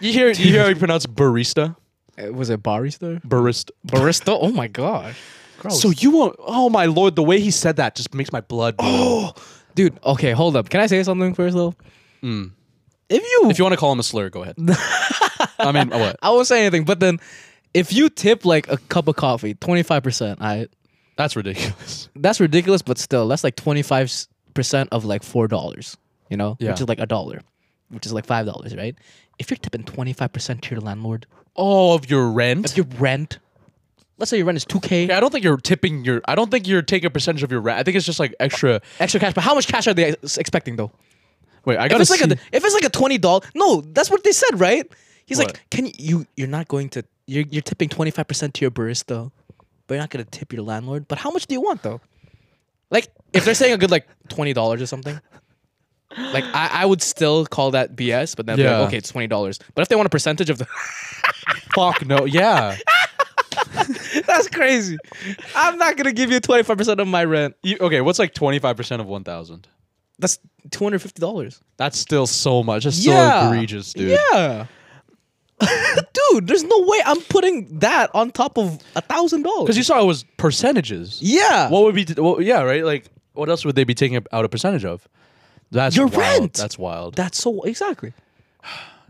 Speaker 1: You hear, you hear how you pronounce barista,
Speaker 2: Uh, Was it barista?
Speaker 1: barista.
Speaker 2: Barista? Oh my god. Gross.
Speaker 1: So you won't. Oh my lord, the way he said that just makes my blood. boil.
Speaker 2: dude, okay, hold up. Can I say something first though? If you
Speaker 1: If you want to call him a slur, go ahead. I mean, what?
Speaker 2: I won't say anything, but then if you tip like a cup of coffee, 25%, I
Speaker 1: That's ridiculous.
Speaker 2: that's ridiculous, but still, that's like 25% of like $4, you know,
Speaker 1: Yeah.
Speaker 2: which is like a dollar, which is like $5, right? If you're tipping 25% to your landlord,
Speaker 1: All Oh, of your rent.
Speaker 2: if your rent, let's say your rent is 2K,
Speaker 1: Yeah, I don't think you're tipping your. I don't think you're taking a percentage of your rent. I think it's just like extra.
Speaker 2: extra cash, but how much cash are they ex- expecting though?
Speaker 1: Wait, I
Speaker 2: If
Speaker 1: gotta
Speaker 2: it's like a
Speaker 1: see-
Speaker 2: if it's like a twenty dollar, no, that's what they said, right? He's
Speaker 1: What?
Speaker 2: like, can you, you? You're not going to. You're you're tipping twenty five percent to your barista, but you're not gonna tip your landlord. But how much do you want though? Like, if they're saying a good like twenty dollars or something, like I, I would still call that BS. But then I'd be
Speaker 1: Yeah.
Speaker 2: like, okay, it's twenty dollars. But if they want a percentage of the,
Speaker 1: fuck no. Yeah,
Speaker 2: that's crazy. I'm not gonna give you twenty five percent of my rent.
Speaker 1: You- okay. What's like twenty five percent of one thousand?
Speaker 2: That's two hundred fifty dollars.
Speaker 1: That's still so much. That's so egregious, dude.
Speaker 2: Yeah. dude, there's no way I'm putting that on top of a thousand
Speaker 1: Because
Speaker 2: dollars.
Speaker 1: you saw it was percentages.
Speaker 2: Yeah.
Speaker 1: What would be? Well, yeah, right. Like, what else would they be taking out a percentage of? That's
Speaker 2: Your
Speaker 1: wild.
Speaker 2: rent.
Speaker 1: That's wild.
Speaker 2: That's so exactly.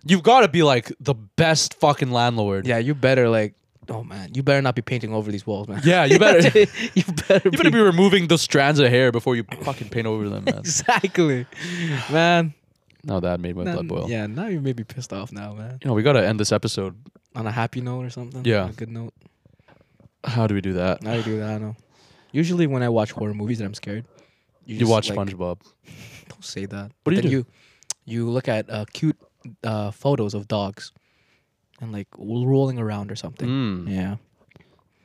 Speaker 1: You've got to be like the best fucking landlord.
Speaker 2: Yeah, you better like oh man, you better not be painting over these walls, man.
Speaker 1: Yeah, you better. you
Speaker 2: you better
Speaker 1: better be removing those strands of hair before you fucking paint over them, man.
Speaker 2: exactly. Man.
Speaker 1: No, that made my blood boil.
Speaker 2: Yeah, now you may be pissed off now, man.
Speaker 1: You know, we gotta end this episode.
Speaker 2: On a happy note or something.
Speaker 1: Yeah.
Speaker 2: A good note.
Speaker 1: How do we do that?
Speaker 2: Now you do that, I know. Usually when I watch horror movies and I'm scared,
Speaker 1: You
Speaker 2: just,
Speaker 1: watch
Speaker 2: like,
Speaker 1: SpongeBob.
Speaker 2: Don't say that.
Speaker 1: What do you
Speaker 2: Then
Speaker 1: do?
Speaker 2: You, you look at uh, cute uh, photos of dogs and like rolling around or something. Yeah.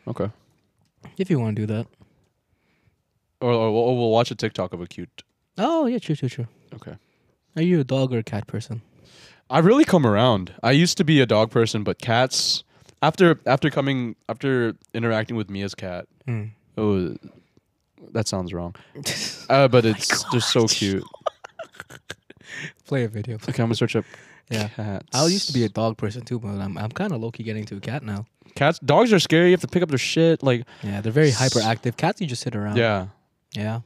Speaker 1: Okay.
Speaker 2: If you want to do that.
Speaker 1: Or, or we'll, we'll watch a TikTok of a cute.
Speaker 2: Oh, yeah, true, true, true.
Speaker 1: Okay.
Speaker 2: Are you a dog or a cat person?
Speaker 1: I've really come around. I used to be a dog person, but cats. After after coming after interacting with Mia's cat.
Speaker 2: Hmm.
Speaker 1: Oh, that sounds wrong. uh, but
Speaker 2: Oh
Speaker 1: it's they're so cute.
Speaker 2: Play a video.
Speaker 1: Okay, I'm gonna search up.
Speaker 2: Yeah.
Speaker 1: Cats.
Speaker 2: I used to be a dog person too, but I'm, I'm kind of low key getting to a cat now.
Speaker 1: cats. Dogs are scary. You have to pick up their shit. Like
Speaker 2: Yeah, they're very hyperactive. Cats, you just sit around.
Speaker 1: yeah,
Speaker 2: Yeah.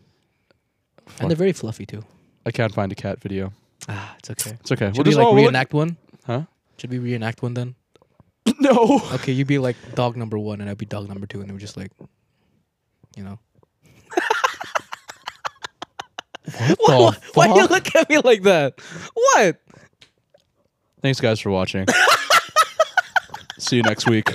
Speaker 1: Fuck.
Speaker 2: And they're very fluffy too.
Speaker 1: I can't find a cat video.
Speaker 2: Ah, it's okay.
Speaker 1: It's okay.
Speaker 2: Should
Speaker 1: just-
Speaker 2: we
Speaker 1: oh,
Speaker 2: like
Speaker 1: we'll-
Speaker 2: reenact one?
Speaker 1: Huh?
Speaker 2: Should we reenact one then?
Speaker 1: No.
Speaker 2: Okay, you'd be like dog number one, and I'd be dog number two, and we're just like, you know.
Speaker 1: What the
Speaker 2: Why you
Speaker 1: fuck?
Speaker 2: look at me like that? What?
Speaker 1: Thanks guys for watching. See you next week.